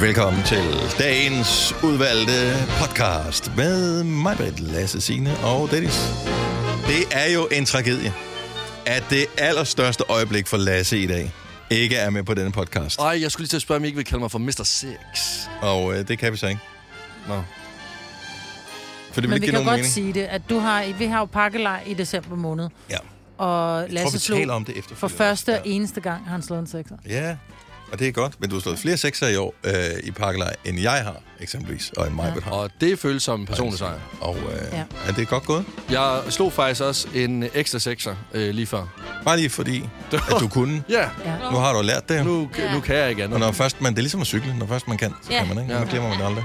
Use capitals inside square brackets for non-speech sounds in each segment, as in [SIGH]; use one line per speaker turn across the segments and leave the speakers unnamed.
velkommen til dagens udvalgte podcast med mig, Britt, Lasse, Signe og Dennis. Det er jo en tragedie, at det allerstørste øjeblik for Lasse i dag ikke er med på denne podcast.
Ej, jeg skulle lige til at spørge, om I ikke vil kalde mig for Mr. Sex.
Og øh, det kan vi så ikke.
Nå.
For det vil
Men
ikke
vi
give
kan
nogen
godt
mening.
mening. sige det, at du har, vi har jo pakkelej i december måned.
Ja.
Og
Jeg tror,
Lasse
vi taler
slog
om det efter.
for første og eneste gang, har han slået en sekser.
Ja, og det er godt. Men du har slået flere sekser i år øh, i pakkelej, end jeg har, eksempelvis, og end mig ja. har.
Og det føles som en personlig sejr.
Og øh, ja.
Ja.
er det godt gået?
Jeg slog faktisk også en ekstra sekser øh, lige før.
Bare lige
[LAUGHS]
fordi, at du kunne.
Ja,
Ja.
Nu har du lært det.
nu, nu kan jeg ikke
Og
andet.
når først man, det er ligesom at cykle, når først man kan, så
Ja.
kan man ikke.
Ja.
Nu glemmer man det aldrig.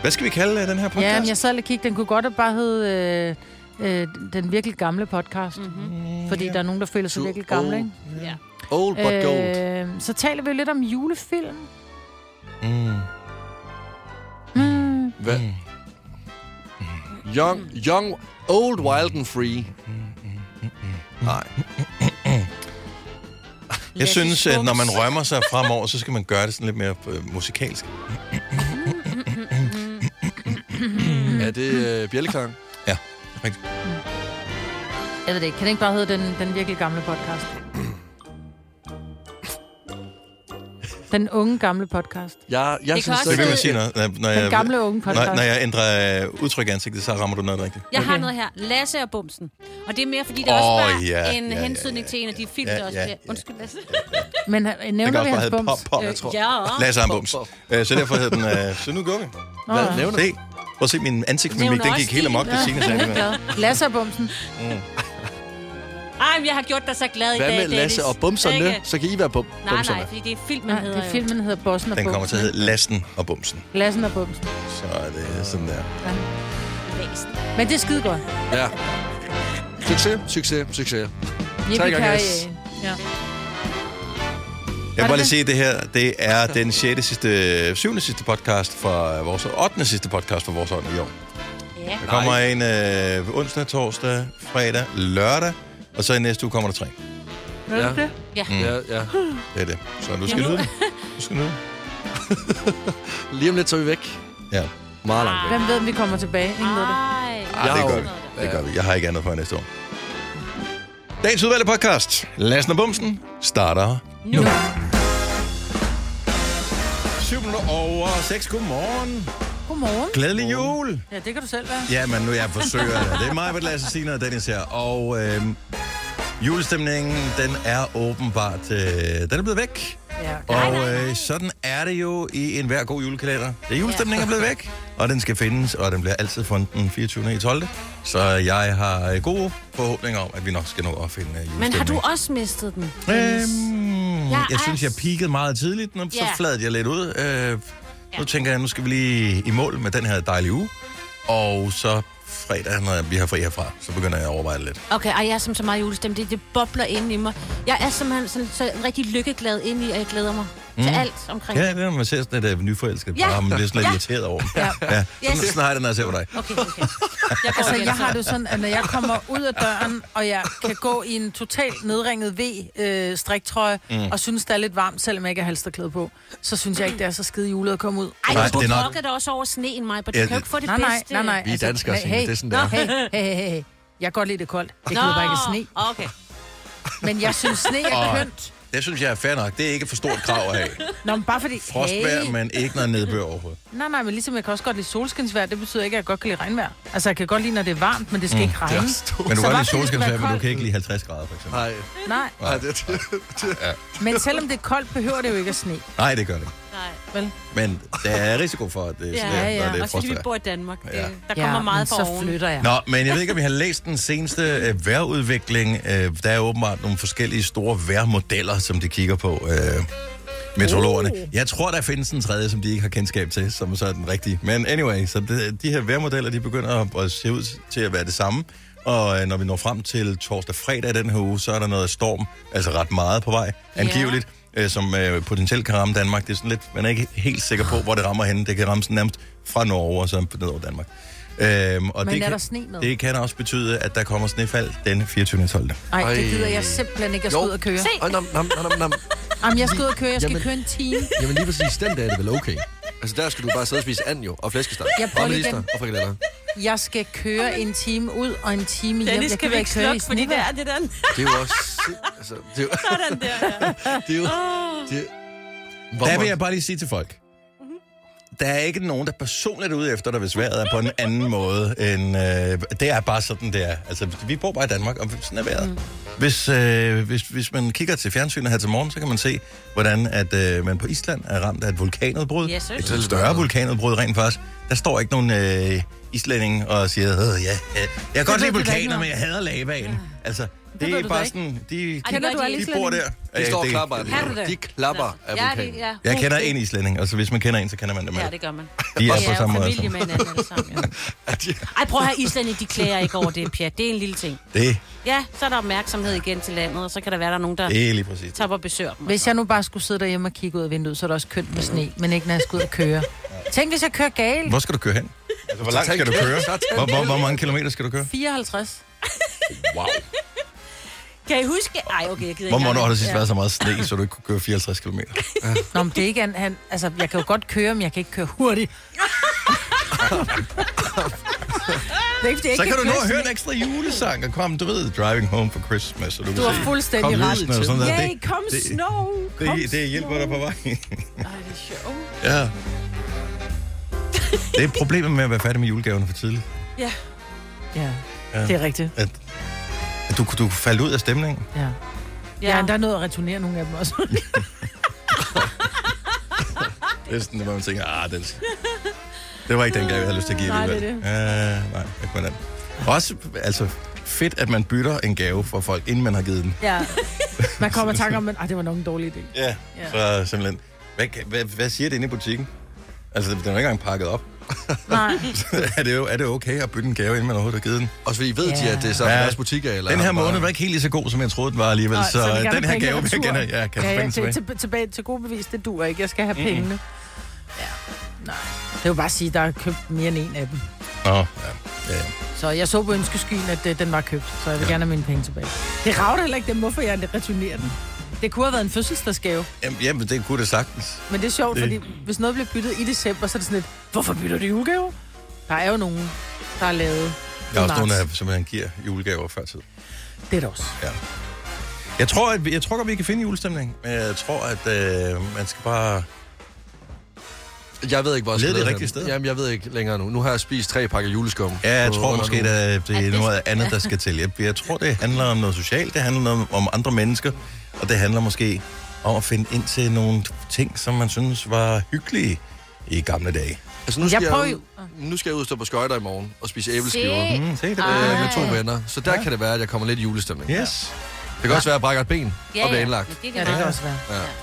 Hvad skal vi kalde øh, den her podcast?
ja, men jeg sad lige og kiggede. Den kunne godt have bare hedde øh, øh, den virkelig gamle podcast. Mm-hmm. Fordi der er nogen, der føler sig
Too
virkelig gamle,
old
ikke?
Ja.
Old but gold.
Øh, så taler vi lidt om julefilm.
Mm.
Mm.
Hvad?
Mm.
Young, young, old, wild and free.
mm,
Nej.
Jeg synes, at når man rømmer sig fremover, så skal man gøre det sådan lidt mere øh, musikalsk.
Er det øh, bjælleklang?
Jeg ved det ikke. Kan det ikke bare hedde den, den virkelig gamle
[CLEARS THROAT]
podcast? Den unge gamle podcast.
Jeg, jeg
Det
synes,
kan også
Det vil man
hedde-
sige, når, når, når,
Den
jeg,
gamle unge podcast.
når, når jeg ændrer øh, udtryk i ansigtet, så rammer du noget rigtigt.
Jeg okay. har
Okay.
noget her. Lasse og Bumsen. Og det er mere, fordi det oh, også
Åh,
bare
ja,
en
ja,
ja,
ja,
hensydning
ja,
til en af
ja,
de film,
ja,
der også
ja,
bliver...
ja.
Undskyld, Lasse.
[LAUGHS] Men øh,
Den
nævner
kan
vi
også bare
hans
hedde pop,
bums?
pop.
Øh, ja.
Lasse
Pop,
Ambums.
pop.
Øh, Så derfor hed den, øh, så nu går vi.
Hvad
Nå.
nævner du?
Se, prøv at se min ansigtsmimik,
Nævner
den
også
gik helt
din.
amok, det Signe [LAUGHS] sagde. det der.
Glad. Lasse og Bumsen.
Ej, men jeg har gjort dig så glad i dag,
Mm. Hvad med
Dennis.
Lasse og bumserne?
Ikke?
Så kan I være bum
Nej,
bumserne.
nej, fordi det er filmen,
Nej,
hedder
det er filmen, hedder Bossen og
Den kommer til
Bumsen.
at hedde Lasten og Bumsen.
Lassen og Bumsen.
Så er det sådan der.
jo. Væsen.
Men det er skide godt.
Ja. Succes, succes, succes.
Yippie
gange
Kaye.
yes.
Ja.
Jeg vil
det
bare lige
det?
sige, at det her det er den 6. sidste, 7. sidste podcast fra vores 8. sidste podcast fra vores 8. i år.
Ja.
Der kommer en øh, onsdag, torsdag, fredag, lørdag, og så i næste uge kommer der tre. Mm.
Ved du
Ja.
det?
Ja, ja.
Det er det. Så du skal nyde det.
[LAUGHS]
Du skal nyde det.
[LAUGHS] Lige om lidt, så er vi væk.
Ja,
Meget langt væk.
Hvem ved, om vi kommer tilbage? Ingen ved det.
Ej.
Ej,
Jeg
det
har
gør
jo-
vi. Det gør vi. Jeg har ikke andet for næste år. Dagens udvalgte podcast, Lassen og Bumsen, starter nu. 7 minutter over 6. Godmorgen.
Godmorgen.
Glædelig jul.
Ja, det kan du selv være.
Ja, men nu jeg forsøger det. Det er mig, Lasse Signe og Dennis her. Og øh, julestemningen, den er åbenbart, øh, den er blevet væk.
Ja.
Og øh, sådan er det jo i enhver god julekalender. Det er julestemningen er blevet væk, og den skal findes, og den bliver altid fundet den 24. i 12. Så jeg har øh, gode forhåbninger om, at vi nok skal nå at finde øh,
Men har du
julestemningen.
også mistet den?
Øhm, jeg,
Jeg
jeg
er-
synes, jeg peakede meget tidligt, og så
Ja.
fladede jeg lidt ud. Øh, nu tænker jeg, nu skal vi lige i mål med den her dejlige uge. Og så fredag, når vi har fri herfra, så begynder jeg at overveje det lidt.
Okay, ej, jeg er som så meget julestemme. Det, det bobler inde i mig. Jeg er simpelthen sådan, så rigtig lykkeglad inde i, og jeg glæder mig mm. til alt omkring.
Ja, det er, når man ser sådan lidt uh, nyforelsket
Ja.
par, og man bliver sådan lidt
Ja.
irriteret over dem. Ja. ja. Sådan,
Yes.
sådan har jeg det, når jeg ser på dig.
Okay, okay. Jeg går
Altså,
igen,
jeg
så.
har det jo sådan, at når jeg kommer ud af døren, og jeg kan gå i en totalt nedringet V-striktrøje, mm. og synes, det er lidt varmt, selvom jeg ikke har halsterklæde på, så synes jeg ikke, det er så skide julet at komme ud.
Ej,
Nej,
du
det er nok-
brokker dig også over sneen, mig, men du kan
Ja,
jo
det-
ikke få det
Nej, nej,
bedste.
nej, nej. altså,
Vi er danskere, Signe, det er sådan, det er.
hey, hey, hey, hey, hey. Jeg kan godt lide det koldt. Jeg kan
Nå,
bare ikke sne.
okay.
Men jeg synes, sne er kønt.
Det synes jeg er fair nok. Det er ikke for stort krav at have.
Nå, men bare fordi...
Frostvær, hey. men ikke noget nedbør overhovedet.
Nej, nej, men ligesom jeg kan også godt lide solskinsvejr, det betyder ikke, at jeg godt kan lide regnvejr. Altså, jeg kan godt lide, når det er varmt, men det skal mm, ikke regne.
Men du
Så
kan godt lide
hvorfor skal det være
solskinsvær, men du
koldt?
kan ikke lide 50 grader, for eksempel.
Nej,
Nej,
nej, det, det,
men selvom det er koldt, behøver det jo ikke at sne.
Nej, det gør det. ikke.
Nej.
Vel?
Men der er risiko for, at det er
Ja,
sneer,
ja.
når det er
Også fordi vi
frostvær.
bor i Danmark. Det,
Ja.
Der kommer
ja,
meget
men
for
så
oven.
flytter jeg.
Nå, men jeg ved ikke, om I har læst den seneste øh, vejrudvikling. Øh, der er åbenbart nogle forskellige store vejrmodeller, som de kigger på, øh, meteorologerne. Jeg tror, der findes en tredje, som de ikke har kendskab til, som så er den rigtige. Men anyway, så det, de her vejrmodeller, de begynder at, at se ud til at være det samme. Og øh, når vi når frem til torsdag fredag i den her uge, så er der noget storm, altså ret meget på vej, angiveligt. øh, som øh, potentielt kan ramme Danmark. Det er sådan lidt, man er ikke helt sikker på, hvor det rammer henne. Det kan ramme sådan nærmest fra Norge og så ned over Danmark. Øhm, og
Men
det
er
kan,
der sne med?
Det kan også betyde, at der kommer snefald den 24. 12.
Nej,
Ej.
det gider jeg simpelthen ikke at skulle
Jo.
ud og køre.
Se.
Øj, nam, nam, nam, nam, nam.
Jamen, jeg skal ud og køre. Jeg skal
Jamen.
køre en time.
Jamen lige præcis, den dag er det vel okay.
Altså, der skal du bare sidde og spise and jo, og flæskesteg,
Jeg prøver
og
lige
medister,
igen.
og frikadeller.
Jeg skal køre en time ud og en time hjem.
Dennis
jeg
skal
kan
vi
da
ikke slukke, fordi det
snevejr.
er det der.
Det er jo også... sind- Altså, det er jo...
Sådan der, ja.
[LAUGHS] Det er jo... Det er,
Der vil jeg bare lige sige til folk. Der er ikke nogen, der personligt er ude efter dig, hvis vejret er på en
[LAUGHS]
anden måde. End, øh, det er bare sådan, det er. Altså, vi bor bare i Danmark, og sådan er vejret.
Mm.
Hvis, øh, hvis, hvis man kigger til fjernsynet her til morgen, så kan man se, hvordan at, øh, man på Island er ramt af et vulkanudbrud.
Yes, sir.
et større vulkanudbrud rent faktisk. Der står ikke nogen øh, islænding og siger, "Øh, ja, øh, jeg kan
ved du
godt lide
da ikke
vulkaner,
noget
men jeg hader lavaen. Altså, det,
ved
det er
du
bare
da ikke.
sådan, de,
Ej,
de,
det
Kender
gør
du alle
de
ikke.
[LAUGHS] bor der.
de
Ja,
står og
det-
klapper af
Kan du det?
vulkanen. De klapper af
Ja, det,
vulkanen.
ja.
Jeg kender en islænding, og så hvis man kender en, så kender man dem
Ja,
alle.
det gør man.
De er
Ja,
på
og
samme måde.
familie med hinanden alle sammen,
[LAUGHS]
ja. Ej, prøv at have Island, de klæder ikke over det, Pia. Det er en lille ting.
som- Det,
Ja, så er der opmærksomhed igen til landet, og så kan der være, der er nogen, der
det er lige præcis.
tager på besøg dem.
[LAUGHS] Hvis jeg nu bare skulle sidde derhjemme og kigge ud af vinduet, så er det også kønt med sne, men ikke når jeg skal ud og køre. Tænk, hvis jeg kører galt.
Hvor skal du køre hen? Altså, hvor langt skal du køre? Hvor, hvor, hvor mange kilometer skal du køre?
54.
Wow.
Kan I huske... Ej, okay, jeg gider
Hvor
ikke.
må du
engang.
har der sidst
Ja.
været så meget sne, så du ikke kunne køre 54 km?
Nå, men det er ikke an, han, altså, jeg kan jo godt køre, men jeg kan ikke køre [LAUGHS] hurtigt. det er ikke, fordi jeg
Så
ikke
kan du nå
køre
at høre en
sne.
ekstra julesang og kom, du ved, Driving Home for Christmas. Og du, kan
Du har
se,
fuldstændig
kom
ret.
lysene og sådan der.
Yay, kom
det-
snow! Kom
Det, det hjælper dig på vej.
Ej, det er sjovt.
[LAUGHS] ja. Det er problemet med at være færdig med julegaverne for tidligt.
Ja.
Ja,
Ja.
det er rigtigt.
At, at du, du faldt ud af stemningen.
Ja. Ja, der er noget at returnere nogle af dem også.
Det er sådan, hvor man tænker, ah, det, det var ikke den gave, jeg havde lyst til at give.
Nej, det er
alligevel." Øh, nej, jeg kunne den. Også, altså, fedt, at man bytter en gave for folk, inden man har givet den.
[LAUGHS] ja. Man kommer i tanke om, at "Ej, det var nok en dårlig idé.
Ja.
Ja.
Så simpelthen, hvad, hvad, hvad siger det inde i butikken? Altså, den er jo ikke engang pakket op.
Nej.
er, det jo, er det okay at bytte en gave, inden man overhovedet har givet den?
Også fordi ved de, at det er så
Ja.
deres butikker, eller...
den
har
her
de bare-
måned var ikke helt lige så god, som jeg troede, den var alligevel.
Nej,
så,
vil
så
gerne
den her
have
gave,
pengene
jeg
retur.
gerne ja, kan
Ja,
ja,
ja,
ja, tilbage.
til, til, tilbage til gode bevis, det dur ikke. Jeg skal have pengene. Ja. Nej. Det er jo bare at sige, at der er købt mere end en af dem.
Nå, ja. ja, ja.
Så jeg så på ønskeskyen, at øh, den var købt, så jeg vil ja. gerne have mine penge tilbage. Det rager heller ikke dem, hvorfor jeg returnerer den. Det kunne have været en fødselsdagsgave,
Jamen, jamen, det kunne det sagtens.
men det er sjovt,
Det-
det. fordi hvis noget bliver byttet i december, så er det sådan lidt, hvorfor bytter du julegave? Der er jo nogen, der er lavet.
Der er også
i
nogle,
marts.
der simpelthen giver julegaver før tid.
Det er der også.
Jeg tror, at vi, jeg tror godt, vi kan finde julestemning, men jeg tror, at øh, man skal bare...
Jeg ved ikke, hvor jeg skal
Led det
lede hen.
rigtige sted?
Jamen, jeg ved ikke længere nu. Nu har jeg spist tre pakker juleskum.
Ja, jeg
på
tror
under
måske,
en uge.
at det
At
er
det-
noget andet, der skal til. Jeg, jeg tror, det handler om noget socialt, det handler om, om andre mennesker, og det handler måske om at finde ind til nogle ting, som man synes var hyggelige i gamle dage.
Altså, nu
Jeg
skal jeg,
prøver
jeg nu skal jeg ud og stå på skøjter i morgen og spise æbleskiver.
Se.
Mm, se det.
Øh,
Ah.
med to venner. Så der kan det være, at jeg kommer lidt i julestemning.
Yes.
Det kan også være, at jeg brækker et ben og bliver indlagt.
men Det er
Ja,
det
det kan
meget.
også være.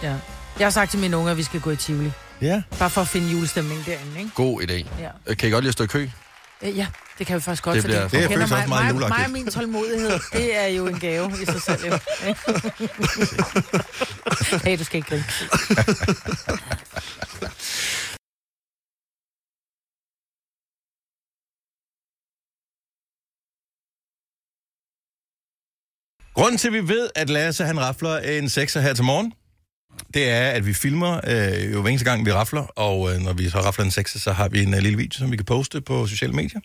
Ja. Ja. Jeg har sagt til mine unger, at vi skal gå i Tivoli.
Ja.
Bare for at finde julestemningen derinde, ikke?
God idé.
Ja.
Øh, Kan I godt lige at stå i kø?
Øh, Ja, det kan vi faktisk godt.
Det bliver-
fordi
Det
du kender
føles også meget
mig,
juleagtigt.
mig og min tålmodighed, det er jo en gave i sig selv.
[LAUGHS]
jo. hey, du skal ikke grine.
Grunden til, at vi ved, at Lasse han rafler en sekser her til morgen, det er, at vi filmer øh, jo hver eneste gang, vi rafler, og øh, når vi så rafler en sekser, så har vi en øh, lille video, som vi kan poste på sociale medier.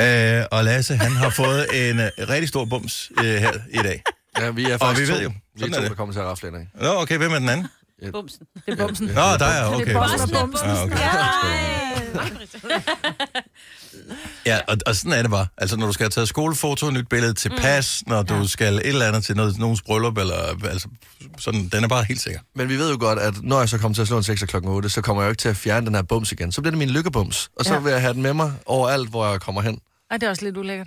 Øh, og Lasse, han
[LAUGHS]
har fået en øh, rigtig stor bums øh, her i dag.
Ja, vi er faktisk
vi ved
to.
jo.
Vi
Sådan
er
er
to,
det.
der kommer til at rafle ind, ikke?
Nå, okay, hvem er den anden?
Bumsen.
Det er bumsen.
Nå, der er, okay.
Bumsen og bumsen.
Ja, okay. Ja, og, og sådan er det bare. Altså, når du skal have taget skolefoto, nyt billede til
Mm.
pas, når du skal et eller andet til noget, nogens bryllup, eller altså, sådan, den er bare helt sikker.
Men vi ved jo godt, at når jeg så kommer til at slå en 6 klokken 8, så kommer jeg jo ikke til at fjerne den her bums igen. Så bliver det min lykkebums. Og så
Ja.
vil jeg have den med mig overalt, hvor jeg kommer hen.
Ej, det er også lidt ulækkert.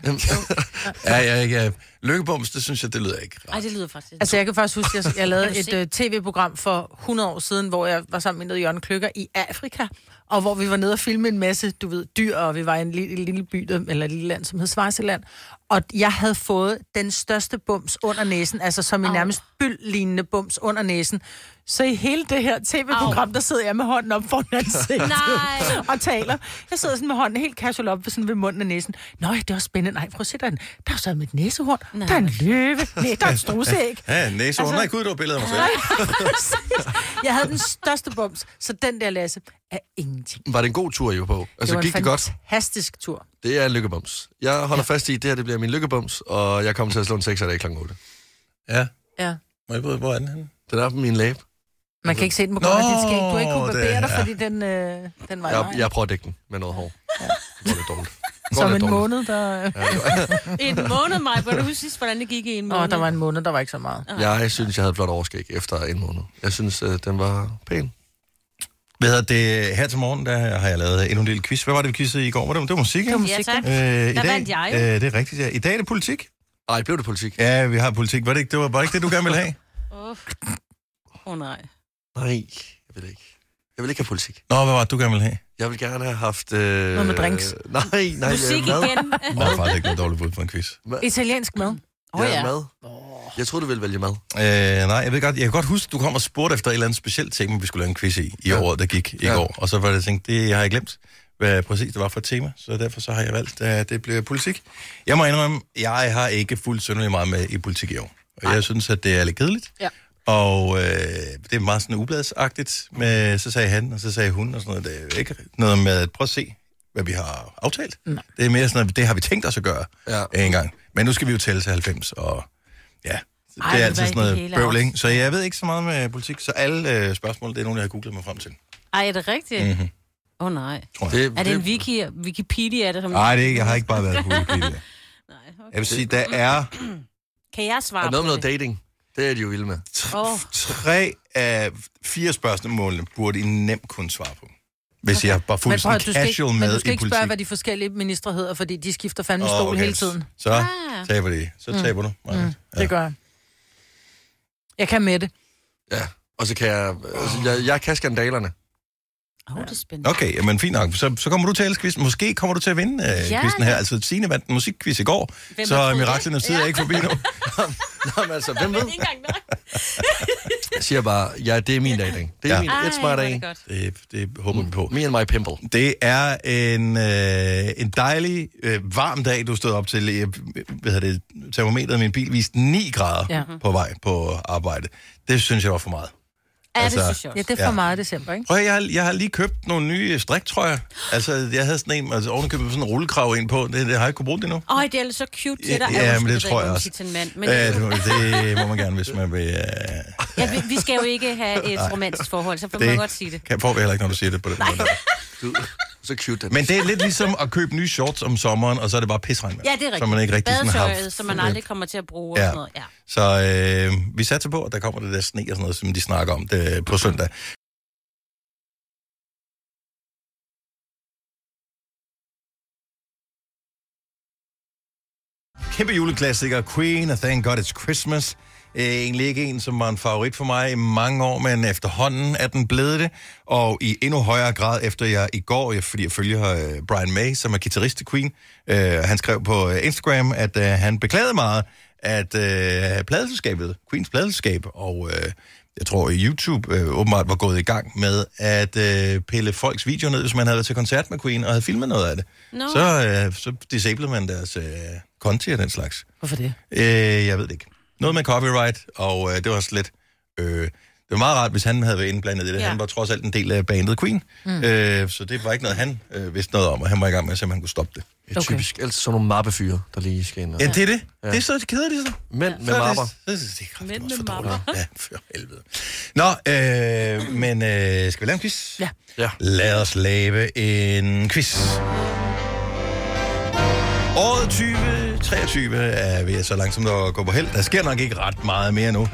Ja, ja, ja. Lykkebums, det synes jeg, det lyder ikke. rart.
Ej, det lyder faktisk.
Altså, jeg kan faktisk huske, at jeg, jeg
Kan
lavede
du
et
se?
uh, tv-program for 100 år siden, hvor jeg var sammen med nede Jørgen Kløkker i Afrika, og hvor vi var nede og filme en masse, du ved, dyr, og vi var i en lille, en lille by, der- eller et lille land, som hed Svarseland. Og jeg havde fået den største bums under næsen, altså som en
Au.
nærmest byld-lignende bums under næsen. Så i hele det her tv-program, der sidder jeg med hånden op foran ansigtet
Nej.
[LAUGHS] og taler. Jeg sidder sådan med hånden helt casual op ved, sådan ved munden og næsen. Nå, ja, det er også spændende. Nej, prøv at se derinde. Der er så mit næsehorn.
Nej.
Der er en løve. Nej, der er et strusæg.
[LAUGHS] Ja, næse altså... Nej, gud, det var billeder af mig selv.
[LAUGHS] Jeg havde den største bums, så den der, Lasse, er ingenting.
Var det en god tur, I var på? Altså,
var
gik
en
det godt?
fantastisk tur.
Det er en lykkebums. Jeg holder fast i, at det her det bliver min lykkebums, og jeg kommer til at slå en 6 i dag kl. 8.
Ja.
Ja.
Må jeg vide, hvor er den henne?
Den er på min læb.
Man kan ikke se den på grund af
Nå,
dit skæg. Du har ikke kunne
det-
barbere dig,
ja.
fordi den, øh, den var i
Jeg,
vejen.
jeg prøver at dække den med noget hår. Ja. Det er dårligt. Går
Som
lidt
en
dårligt.
måned, der... Øh.
[LAUGHS]
[LAUGHS]
En måned, Maja. Hvor du huske sidst, hvordan det gik i en måned?
Nå, der var en måned, der var ikke så meget.
[LAUGHS] Jeg synes, jeg havde et flot overskæg efter en måned. Jeg synes, øh, den var pæn.
Hvad hedder det? Her til morgen, der har jeg lavet endnu en lille quiz. Hvad var det, vi quizzede i går? Var det, det var musik, ikke?
Ja, tak.
Øh, i
Der
dag,
vandt jeg jo.
Øh, det er rigtigt, ja. I dag er det politik.
Ej, blev det politik?
Ja, vi har politik. Var det, ikke, det var bare ikke det, du gerne ville have?
[LAUGHS] Åh, oh, nej.
[LAUGHS] Nej, jeg vil ikke. Jeg vil ikke have politik.
Nå, hvad var det, du gerne ville have?
Jeg vil gerne have haft... Øh... Noget
med drinks.
Nej, nej.
Musik
øh, mad.
igen.
Nå, det var faktisk ikke noget dårligt bud på en quiz.
Italiensk mad.
Åh,
ja,
ja.
mad. Jeg troede, du ville vælge mad.
Øh, nej, jeg ved godt, jeg kan godt huske, du kom og spurgte efter et eller andet specielt tema, vi skulle lave en quiz i, i ja.
Ja.
året, der gik i
Ja.
går. Og så var det, jeg tænkte, det har jeg glemt, hvad præcis det var for et tema, så derfor så har jeg valgt, at det bliver politik. Jeg må indrømme, jeg har ikke fuldt synderligt meget med i politik i år. Og jeg synes, at det er lidt kedeligt.
Ja.
Og øh, det er meget sådan ubladsagtigt, med, så sagde han, og så sagde hun, og sådan noget. Det er jo ikke noget med, at prøve at se, hvad vi har aftalt. Nej. Det er mere sådan, at det har vi tænkt os at gøre
Ja.
øh, en gang. Men nu skal vi jo tælle til 90, og ja,
Ej,
det
det
er
var
altid sådan
ikke
noget
hele
bøvl,
aften.
ikke? Så jeg ved ikke så meget med politik, så alle øh, spørgsmål, det er nogle, jeg har googlet mig frem til,
Ej, er det rigtigt? Åh,
Mhm.
Mm-hmm.
oh, nej.
tror jeg.
Det,
Er det en wiki, Wikipedia? Er det, som...
Nej, det er ikke. Jeg har ikke bare været på
[LAUGHS]
Wikipedia.
Nej, okay.
Jeg vil sige, der er
Kan jeg svare
Er det noget med
på
noget dating? Det er de jo vilde med.
Åh, oh,
tre af fire spørgsmålene, burde I nemt kunne svare på. Hvis okay.
Men
jeg bare
prøv, at-
fuldstændig
du skal ikke,
casual
men
med
du skal
i
ikke
politik.
spørge, hvad de forskellige ministre hedder, fordi de skifter fandme
Åh,
stol
okay.
hele tiden.
Så
Ah.
taber de. Så taber du. Maja.
Mm, det gør jeg. Jeg kan med det.
Ja. Og så kan jeg... Altså, jeg, jeg kan skandalerne.
oh, det er spændende.
Okay, jamen fint nok. Så, så kommer du til at elskvisten. Måske kommer du til at vinde øh,
Ja,
quizzen her. Altså, Signe vandt en musikquiz i går,
Hvem har
så
troet det?
miraklernes tid er ikke forbi
[LAUGHS]
[LAUGHS]
nu.
Nå, men altså, hvem
Men
ved?
ikke engang nok.
Jeg siger bare, ja, det er min dating. Det er ja.
Ja.
min... It's
hvor
my
er det
dating.
godt.
Det, det håber vi på.
Me and my pimple.
Det er en, øh, en dejlig, øh, varm dag, du stod op til. Jeg, hvad hedder det, termometeret i min bil viste 9 grader ja.
Ja.
på vej på arbejde. Det synes jeg var for meget.
Ja, det
Altså-
synes jeg
Ja,
også.
det er for
Ja.
meget december, ikke?
Prøv at, høre, jeg, har, jeg har lige købt nogle nye øh, striktrøjer. Altså, jeg havde sådan en, altså ovenikøbet med sådan en rullekrav ind på. Det, det har jeg ikke kunne bruge det endnu.
Åh, det er altså så cute til dig.
Ja,
Ej,
men det
undskyld,
tror
ved
jeg
ikke, om
også.
sige Til en mand, men
Men... Øh, det, det må man gerne, hvis man vil. Øh,
ja, vi, vi, skal jo ikke have et romantisk forhold, så kan man godt sige det.
Kan, får vi heller ikke, når du siger det på den måde.
Du, så cute den.
Men det er lidt ligesom at købe nye shorts om sommeren, og så er det bare pisregn. med.
Ja, det er rigtigt.
Så man ikke rigtig sådan har...
Badetøjet, som man aldrig kommer til at bruge og
Ja.
sådan noget. Ja.
Så øh, vi satser på, at der kommer det der sne og sådan noget, som de snakker om det, øh, på søndag. Kæmpe juleklassiker, Queen og Thank God It's Christmas. Øh, Egentlig ikke en, som var en favorit for mig i mange år, men efterhånden er den blevet det. Og i endnu højere grad efter jeg i går, jeg- fordi jeg følger øh, Brian May, som er guitarist til Queen. Øh, han skrev på øh, Instagram, at øh, han beklagede meget, at øh, pladeselskabet, Queens pladeselskab, og øh, jeg tror YouTube øh, åbenbart var gået i gang med at øh, pille folks videoer ned, hvis man havde været til koncert med Queen og havde filmet noget af det.
Nå.
Så, øh, så disablede man deres øh, konti og den slags.
Hvorfor det?
Øh, jeg ved det ikke. Noget med copyright, og øh, det var også lidt... Øh, det var meget rart, hvis han havde været indblandet i det. Ja.
Ja.
Han var trods alt en del af bandet Queen, mm. øh, så det var ikke noget, han øh, vidste noget om, og han var i gang med at se, om han kunne stoppe det.
Det er typisk altid sådan nogle mappefyre, der lige skal ind. Og...
Ja, det er det. Ja. Det er så kedeligt, så.
Mænd med
Så er det-
mapper.
så er det- det er kraftigt
Mænd
også
med
for
mapper.
dårligt. Ja, for helvede. Nå, øh, men øh, skal vi lave en quiz?
Ja.
Ja.
Lad os lave en quiz. Året 2023 er ved at så langsomt at gå på held. Der sker nok ikke ret meget mere nu.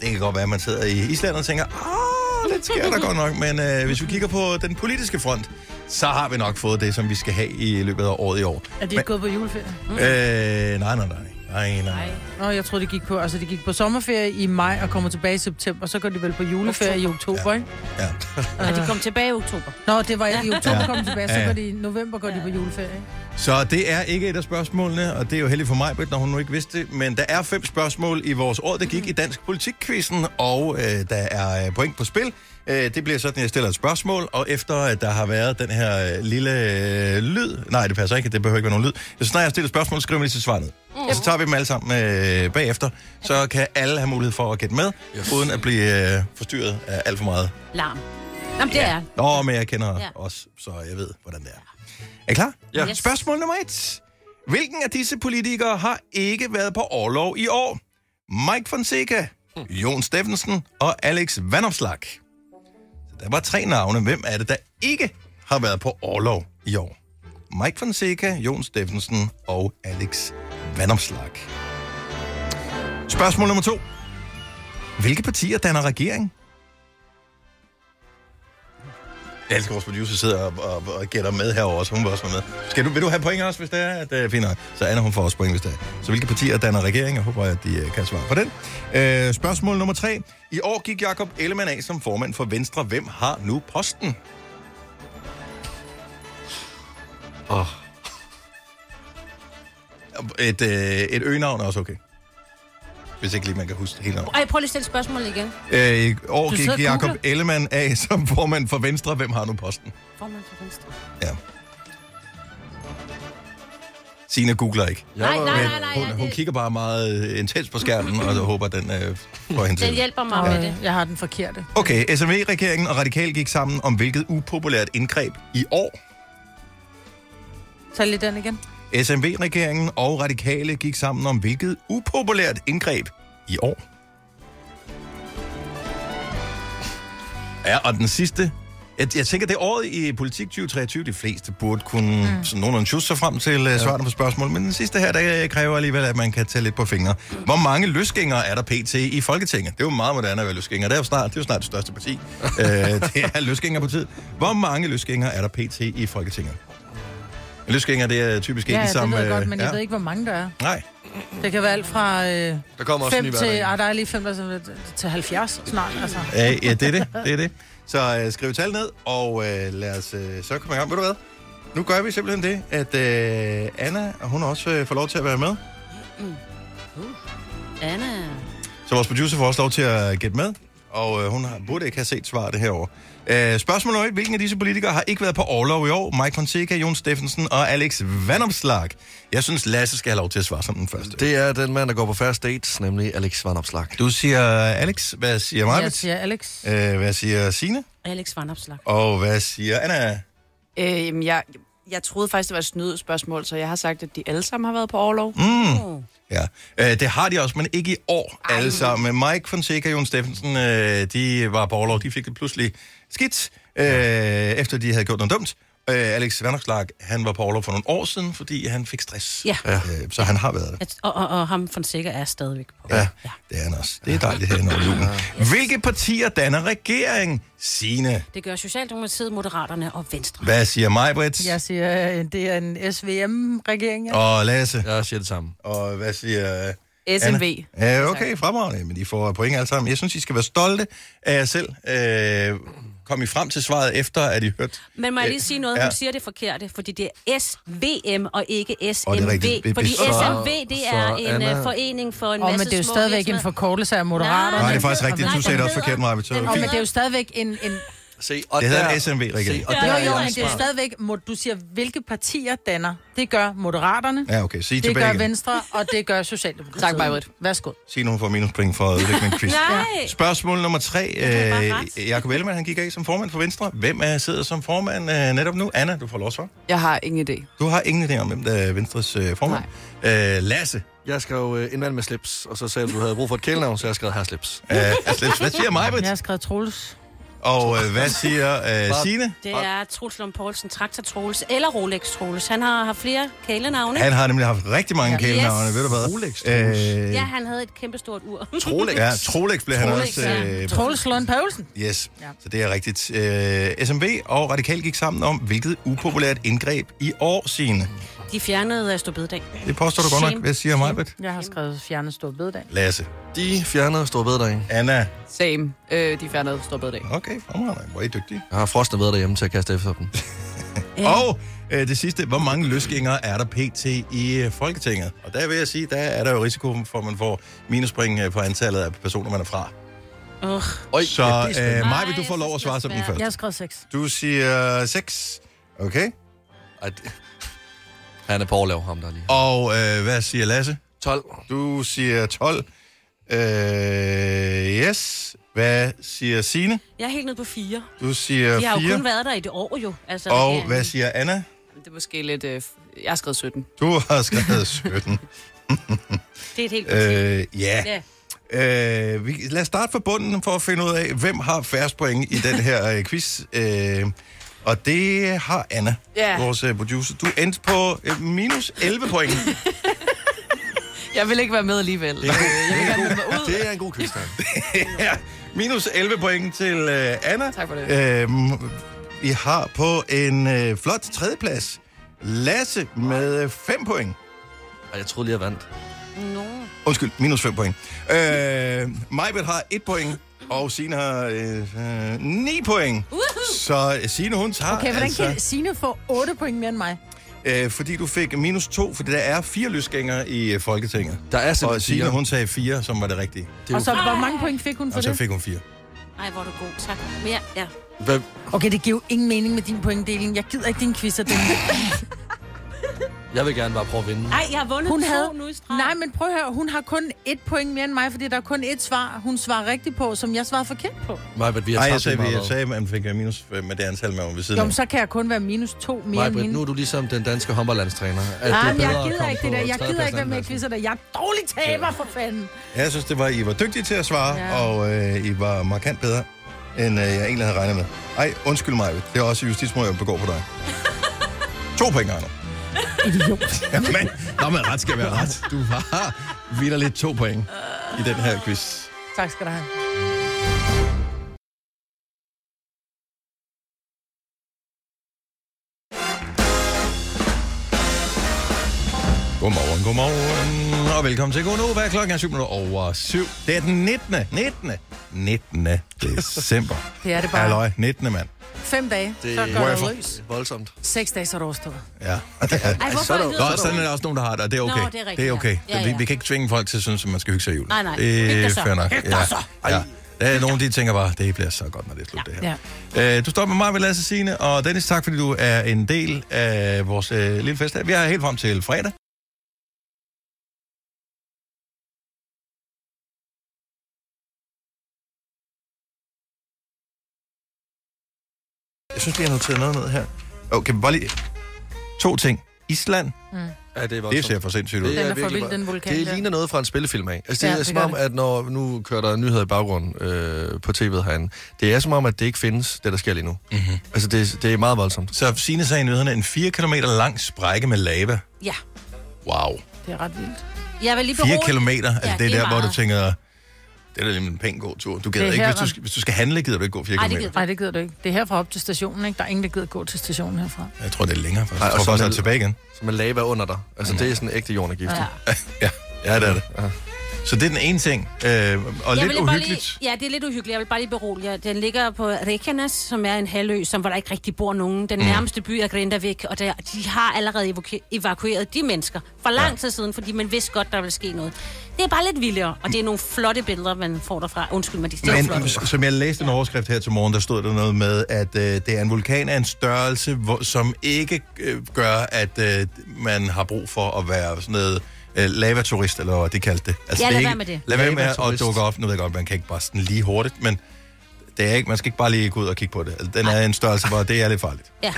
Det kan godt være, at man sidder i Island og tænker, ah, lidt sker der godt nok. Men øh, hvis vi kigger på den politiske front, så har vi nok fået det, som vi skal have i løbet af året i år.
Er de ikke gået på juleferie?
Mm.
Øh, nej, nej, nej. Nej, nej, nej.
Nå, jeg troede, de gik på, altså de gik på sommerferie i maj og kommer tilbage i september, så går de vel på juleferie i oktober, ikke?
Ja.
Og de kom tilbage i oktober.
Nå, det var i oktober
Ja.
kommer de tilbage, så
Ja.
går de i november går de på juleferie. ikke?
Så det er ikke et af spørgsmålene, og det er jo heldigt for mig, Britt, når hun nu ikke vidste det. Men der er fem spørgsmål i vores år, der gik i Dansk Politik-quizzen, og øh, der er øh, point på spil. Øh, det bliver sådan, at jeg stiller et spørgsmål, og efter at der har været den her øh, lille øh, lyd... Nej, det passer ikke, det behøver ikke være nogen lyd. Så snart jeg stiller et spørgsmål, skriver jeg lige til svaret ned. Mm. Så tager vi dem alle sammen øh, bagefter, så kan alle have mulighed for at gætte med, yes. uden at blive øh, forstyrret af alt for meget.
Larm. Jamen, det er.
Nå, men jeg kender
Ja.
ja. os, så jeg ved, hvordan det er. Er I klar?
Ja. Yes.
Spørgsmål nummer et. Hvilken af disse politikere har ikke været på overlov i år? Mike Fonseca,
Hm.
Jon Steffensen og Alex Vanopslag. Så der var tre navne. Hvem er det, der ikke har været på overlov i år? Mike Fonseca, Jon Steffensen og Alex Vanopslag. Spørgsmål nummer to. Hvilke partier danner regering? Jeg elsker vores producer sidder og, og, og gætter med herovre, så hun vil også være med. Skal du, vil du have point også, hvis det er? At, øh, fint nok. Så Anna, hun får også point, hvis det er. Så hvilke partier danner regering? Jeg håber, at de øh, kan svare på den. Øh, spørgsmål nummer tre. I år gik Jakob Ellemann af som formand for Venstre. Hvem har nu posten?
Åh.
Et, øh, et øgenavn er også okay. Hvis ikke lige man kan huske det hele navn.
Ej, prøv lige at stille spørgsmålet igen.
Øh, I år
Du sidder og
gik Jakob
googler.
Ellemann af som formand for Venstre. Hvem har nu posten?
Formand for Venstre.
Ja. Signe googler ikke.
Nej, nej, nej, nej.
Hun,
ja,
hun
det-
kigger bare meget øh, intens på skærmen, og så håber, den øh, får hende
Den
til.
hjælper mig med det.
Og jeg har den forkerte.
Okay, SMV-regeringen og Radikal gik sammen om hvilket upopulært indgreb i år.
Tag lige den igen.
SMV-regeringen og Radikale gik sammen om hvilket upopulært indgreb i år. Ja, og den sidste. Jeg, jeg tænker, det er året i politik 2023, de fleste burde kunne mm. sådan nogenlunde tjusse sig frem til uh, svarene på spørgsmål, men den sidste her, der øh, kræver alligevel, at man kan tage lidt på fingre. Hvor mange løsgængere er der pt. i Folketinget? Det er jo meget moderne at være løsgænger. Det er jo snart det, er jo snart det største parti. uh, det er løsgænger på tid. Hvor mange løsgængere er der pt. i Folketinget? En løsgænger, det er typisk
Ja,
en,
ja,
som...
det ved jeg
øh,
godt, men
ja.
jeg ved ikke, hvor mange der er.
Nej.
Det kan være alt fra øh,
Der kommer også en ny
5
hver
til...
dag.
Ah, der er lige 5 altså, til 70 snart, altså.
Øh, ja, det er det. det, er det. Så øh, skriv tal ned, og øh, lad os øh, så komme i gang. Ved du hvad? Nu gør vi simpelthen det, at øh, Anna, hun også øh, får lov til at være med.
Anna.
Så vores producer får også lov til at gætte med, og øh, hun har, burde ikke have set svaret herovre. Øh, spørgsmål nummer et. Hvilken af disse politikere har ikke været på overlov i år? Mike Fonseca, Jon Steffensen og Alex Vandomslag. Jeg synes, Lasse skal have lov til at svare som den første.
Det er den mand, der går på fast dates, nemlig Alex Van Opslag.
Du siger Alex, hvad siger mig?
Jeg siger Alex.
Øh, hvad siger Sine?
Alex Vandopslag.
Og hvad siger Anna?
Øh, jamen, jeg, jeg troede faktisk, det var et snydt spørgsmål, så jeg har sagt, at de alle sammen har været på overlov. Mm.
Oh.
Ja, øh, det har de også, men ikke i år Ej. alle sammen. Mike Fonseca og Jon Steffensen, øh, de var på overlov. De fik det pludselig skidt, øh, efter de havde gjort noget dumt. Øh, Alex Vanderslag, han var på overlov for nogle år siden, fordi han fik stress.
Ja.
Øh, så han har været det.
At- Og, og, og ham Fonseca er stadigvæk på.
Ja, det er han også. Det er dejligt her i julen. Hvilke partier danner regering? Sine.
Det gør Socialdemokratiet, Moderaterne og Venstre.
Hvad siger mig, Britt?
Jeg siger, øh, det er en SVM-regering, ja.
Og Lasse.
Jeg siger det samme.
Og hvad siger... øh,
SMV.
Anna? Ja, okay, fremragende. Men de får point alle sammen. Jeg synes, I skal være stolte af jer selv. Øh, kom I frem til svaret efter, at I hørte... Øh,
Men må jeg lige sige noget?
Ja.
Hun siger det forkerte, fordi det er SVM og ikke SMV.
Og det er rigtigt. Det er
fordi
så-
SMV, det er
så
en
Anna-
uh, forening for en
Og
masse
men det er jo
små
stadigvæk en
virksomheder.
forkortelse af Moderaterne.
Nej, det er
den
faktisk
hedder-
rigtigt.
nej,
Du sagde
den
det også
hedder-
forkert, Maja. Så er
den
det
Og, men
fint.
det er jo stadigvæk en... en
Se, og
Det hedder
der-
en SMV-regering.
Se, og
jo,
der er
jo,
jeg
men det er jo
smart.
stadigvæk... Må, du siger, hvilke partier danner. Det gør Moderaterne,
Ja, okay. Sig
det
tilbage
gør
igen.
Venstre, og det gør Socialdemokratiet.
Tak, Maj-Brit.
Værsgo.
Sig nu, hun får minuspoint for at udvikle en quiz.
[LAUGHS] Nej.
Spørgsmål nummer tre.
er bare
Øh,
ret.
Jakob Ellemann, han gik af som formand for Venstre. Hvem er sidder som formand øh, netop nu? Anna, du får lov at svare.
Jeg har ingen idé.
Du har ingen idé om, hvem der er Venstres øh, formand. Øh, Lasse.
Jeg skrev øh, en mand med slips, og så sagde du, du havde brug for et kælenavn, så jeg skrev her slips.
Øh, altså, hvad siger mig,
Jeg har skrevet Troels.
Og øh, hvad siger øh, Signe?
Det er Truls Lund Poulsen, Traktor Troels eller Rolex Troels. Han har, har flere kælenavne.
Han har nemlig haft rigtig mange ja. kælenavne,
Yes.
ved du hvad?
Rolex,
Øh,
Ja, han havde et kæmpestort ur.
Trolex.
ja,
[LAUGHS]
Trolex blev han
Trolex,
også.
ja.
Øh,
Troels Lund Poulsen.
yes, ja.
Ja.
så det er rigtigt. Øh, SMV og Radikal gik sammen om, hvilket upopulært indgreb i år, Signe.
De fjernede øh, Storbededag.
Det påstår du godt nok.
Shame.
Hvad siger mig,
Jeg har skrevet Fjerne Stor Bededag.
Lasse.
De fjernede store bedring.
Anna.
Same. Øh, de færdige stoppede i dag.
Okay, fremragende. Hvor er I dygtige.
Jeg har frosne ved derhjemme til at kaste efter dem.
Ja. Og øh, det sidste, hvor mange løsgængere er der pt. i øh, Folketinget? Og der vil jeg sige, der er der jo risiko for, at man får minusbring øh, på antallet af personer, man er fra.
Ugh.
Øj,
Så
ja, det er
øh,
spændende.
Maja, vil du
Ej,
få
jeg
lov at
synes,
svare
det
som
er
den
svært.
første?
Jeg har skrevet seks.
Du siger 6. Okay.
Ej, det- [LAUGHS] han er på overlav, ham der lige.
Og øh, hvad siger Lasse?
12.
Du siger 12. Øh, yes. Hvad siger Sine?
Jeg er helt nede på fire.
Du siger
Jeg har jo kun
4.
været der i det år, jo. Altså,
Og
ja.
hvad siger Anna?
Det er måske lidt... Øh, f- jeg har skrevet 17.
Du har
[LAUGHS]
skrevet 17.
Det er et helt...
øh, ja.
Ja.
Øh, vi, lad os starte fra bunden for at finde ud af, hvem har færrest point i den her øh, quiz. Øh, og det har Anna,
Ja.
vores øh, producer. Du endte på øh, minus 11 point.
[LAUGHS] Jeg vil ikke være med alligevel.
Det er en
Jeg vil gerne være med ud.
Det er en god quiz, Dan.
[LAUGHS] ja, minus 11 point til øh, Anna.
Tak for det.
Øhm, vi har på en øh, flot tredjeplads Lasse med 5 point.
Ej, jeg troede lige, jeg vandt.
No.
Undskyld, minus 5 point. Øh, Majbet har 1 point, og Signe har øh, øh, 9 point. Så øh, Signe, hun tager
Okay, hvordan
altså...
kan Signe få 8 point mere end mig?
Øh, fordi du fik minus 2, fordi der er fire lysgængere i øh, Folketinget.
Der er
Og
simpelthen
Signe,
fire.
hun sagde 4, som var det rigtige.
Det er
Og så,
jo...
hvor mange point fik hun for
Og så
det?
fik hun 4.
Ej, hvor er du god. Tak. Men ja, ja.
Hvad?
Okay, det giver jo ingen mening med din pointdeling. Jeg gider ikke din quiz og
[LAUGHS]
den.
Jeg vil gerne bare prøve at vinde.
Ej, jeg har vundet
Hun
to
havde...
nu i streg.
Nej, men prøv at høre. Hun har kun et point mere end mig, fordi der er kun et svar, hun svarer rigtigt på, som jeg svarede forkert på.
Nej, men vi har
Nej, jeg
tabt
sagde,
meget.
jeg sagde, at man fik øh, minus 5, men det antal, man var ved siden
Jo,
af.
men så kan jeg kun være minus to mere
Maja,
end
Britt, nu
hende.
er du ligesom den danske håndboldlandstræner. At det er
Nej, men
bedre
jeg
at
gider
komme
ikke det der.
på
Jeg gider ikke være med i
tredjepladsen. altså.
quizzer, der. Jeg er dårlig taber, for fanden.
Jeg synes, det var, I var dygtige til at svare, ja.
Ja.
og øh, I var markant bedre, end øh, jeg egentlig havde regnet med. Ej, undskyld mig, det er også justitsmord, jeg begår på
[LAUGHS]
dig. to point, Arne. Idiot. ja, men, nå, men ret skal være ret. Du har vildt lidt to point i den her quiz.
Tak skal du have.
Godmorgen, godmorgen, og velkommen til Gonova. Klokken er 7 minutter over 7. Det er den 19. 19. 19. december.
Det er det bare.
Halløj, 19. mand.
Fem dage,
Det-
så går
Hvorfor?
du løs.
Voldsomt.
Seks dage, så er du overstået.
Ja.
Ej, hvorfor er det
Nå, sådan er der også nogen, der har det, og det er okay.
Nå, det er rigtigt,
det er okay.
ja. Ja,
Vi,
ja.
vi kan ikke tvinge folk til at synes, at man skal hygge sig i julen.
Nej, nej. Hyg
Det er
dig så.
fair nok.
Hyg dig
Ja.
så.
Ja. Der er nogen, de tænker bare, det bliver så godt, når det er slut, det her. Ja. Øh, du står med mig, med Lasse Signe, og Dennis, tak fordi du er en del af vores øh, lille fest her. Vi er helt frem til fredag. Jeg synes, lige, jeg har noteret noget ned her. Okay, bare lige to ting. Island,
Mm.
Ja, det er
det
voldsomt.
ser for sindssygt ud.
Det
Den er for
virkelig
vild,
bare-
den vulkan.
Det
der.
ligner noget fra en spillefilm af. Altså, det
Ja,
er
det
som
gør
om,
det.
at når nu kører der nyheder i baggrunden øh, på tv'et herinde, det er som om, at det ikke findes, det der sker lige nu.
Mhm.
Mm-hmm. Altså, det, det er meget voldsomt.
Så Signe sagde i nyhederne, en 4 km lang sprække med lava.
Ja.
Wow.
Det er ret vildt.
Jeg var lige
4
beroliget.
km, altså
Ja,
det er
det er
der, hvor du
meget.
tænker, det er da lige en pæn god tur. Du gider
Det er
ikke,
her,
hvis du,
hva'?
skal, hvis du skal handle, gider du ikke gå 4
Ej,
km.
det gider du.
Nej, det gider du ikke. Det er herfra op til stationen, ikke? Der er ingen, der gider gå til stationen herfra.
Jeg tror, det er længere faktisk.
Ej,
Jeg
og
tror
så
faktisk, jeg er
med-
tilbage igen.
Så man lava under dig. Altså, det er sådan ægte jordnegift. Ja.
Ja.
Ja, ja det er det. Så det er den ene ting, øh, og
Jeg
lidt
vil bare lige,
uhyggeligt.
ja, det er lidt uhyggeligt. Jeg vil bare lige berolige jer. Den ligger på Reykjanes, som er en halvø, som hvor der ikke rigtig bor nogen. Den nærmeste by er Grindavik, og der, de har allerede evoke- evakueret de mennesker for lang tid siden, fordi man vidste godt, der ville ske noget. Det er bare lidt vildere, og det er nogle flotte billeder, man får derfra. Undskyld mig, de er flotte.
Men som jeg læste en overskrift her til morgen, der stod der noget med, at øh, det er en vulkan af en størrelse, hvor, som ikke øh, gør, at øh, man har brug for at være sådan noget øh, lavaturist, eller hvad de kaldte det. Altså,
Ja,
det er
lad være
ikke-
med det.
Lad være med at
Lavaturist.
dukke op. Nu ved jeg godt, man kan ikke bare sådan lige hurtigt, men det er ikke, man skal ikke bare lige gå ud og kigge på det. Altså, Den er en størrelse, hvor det er lidt farligt.
[LAUGHS]
Ja, der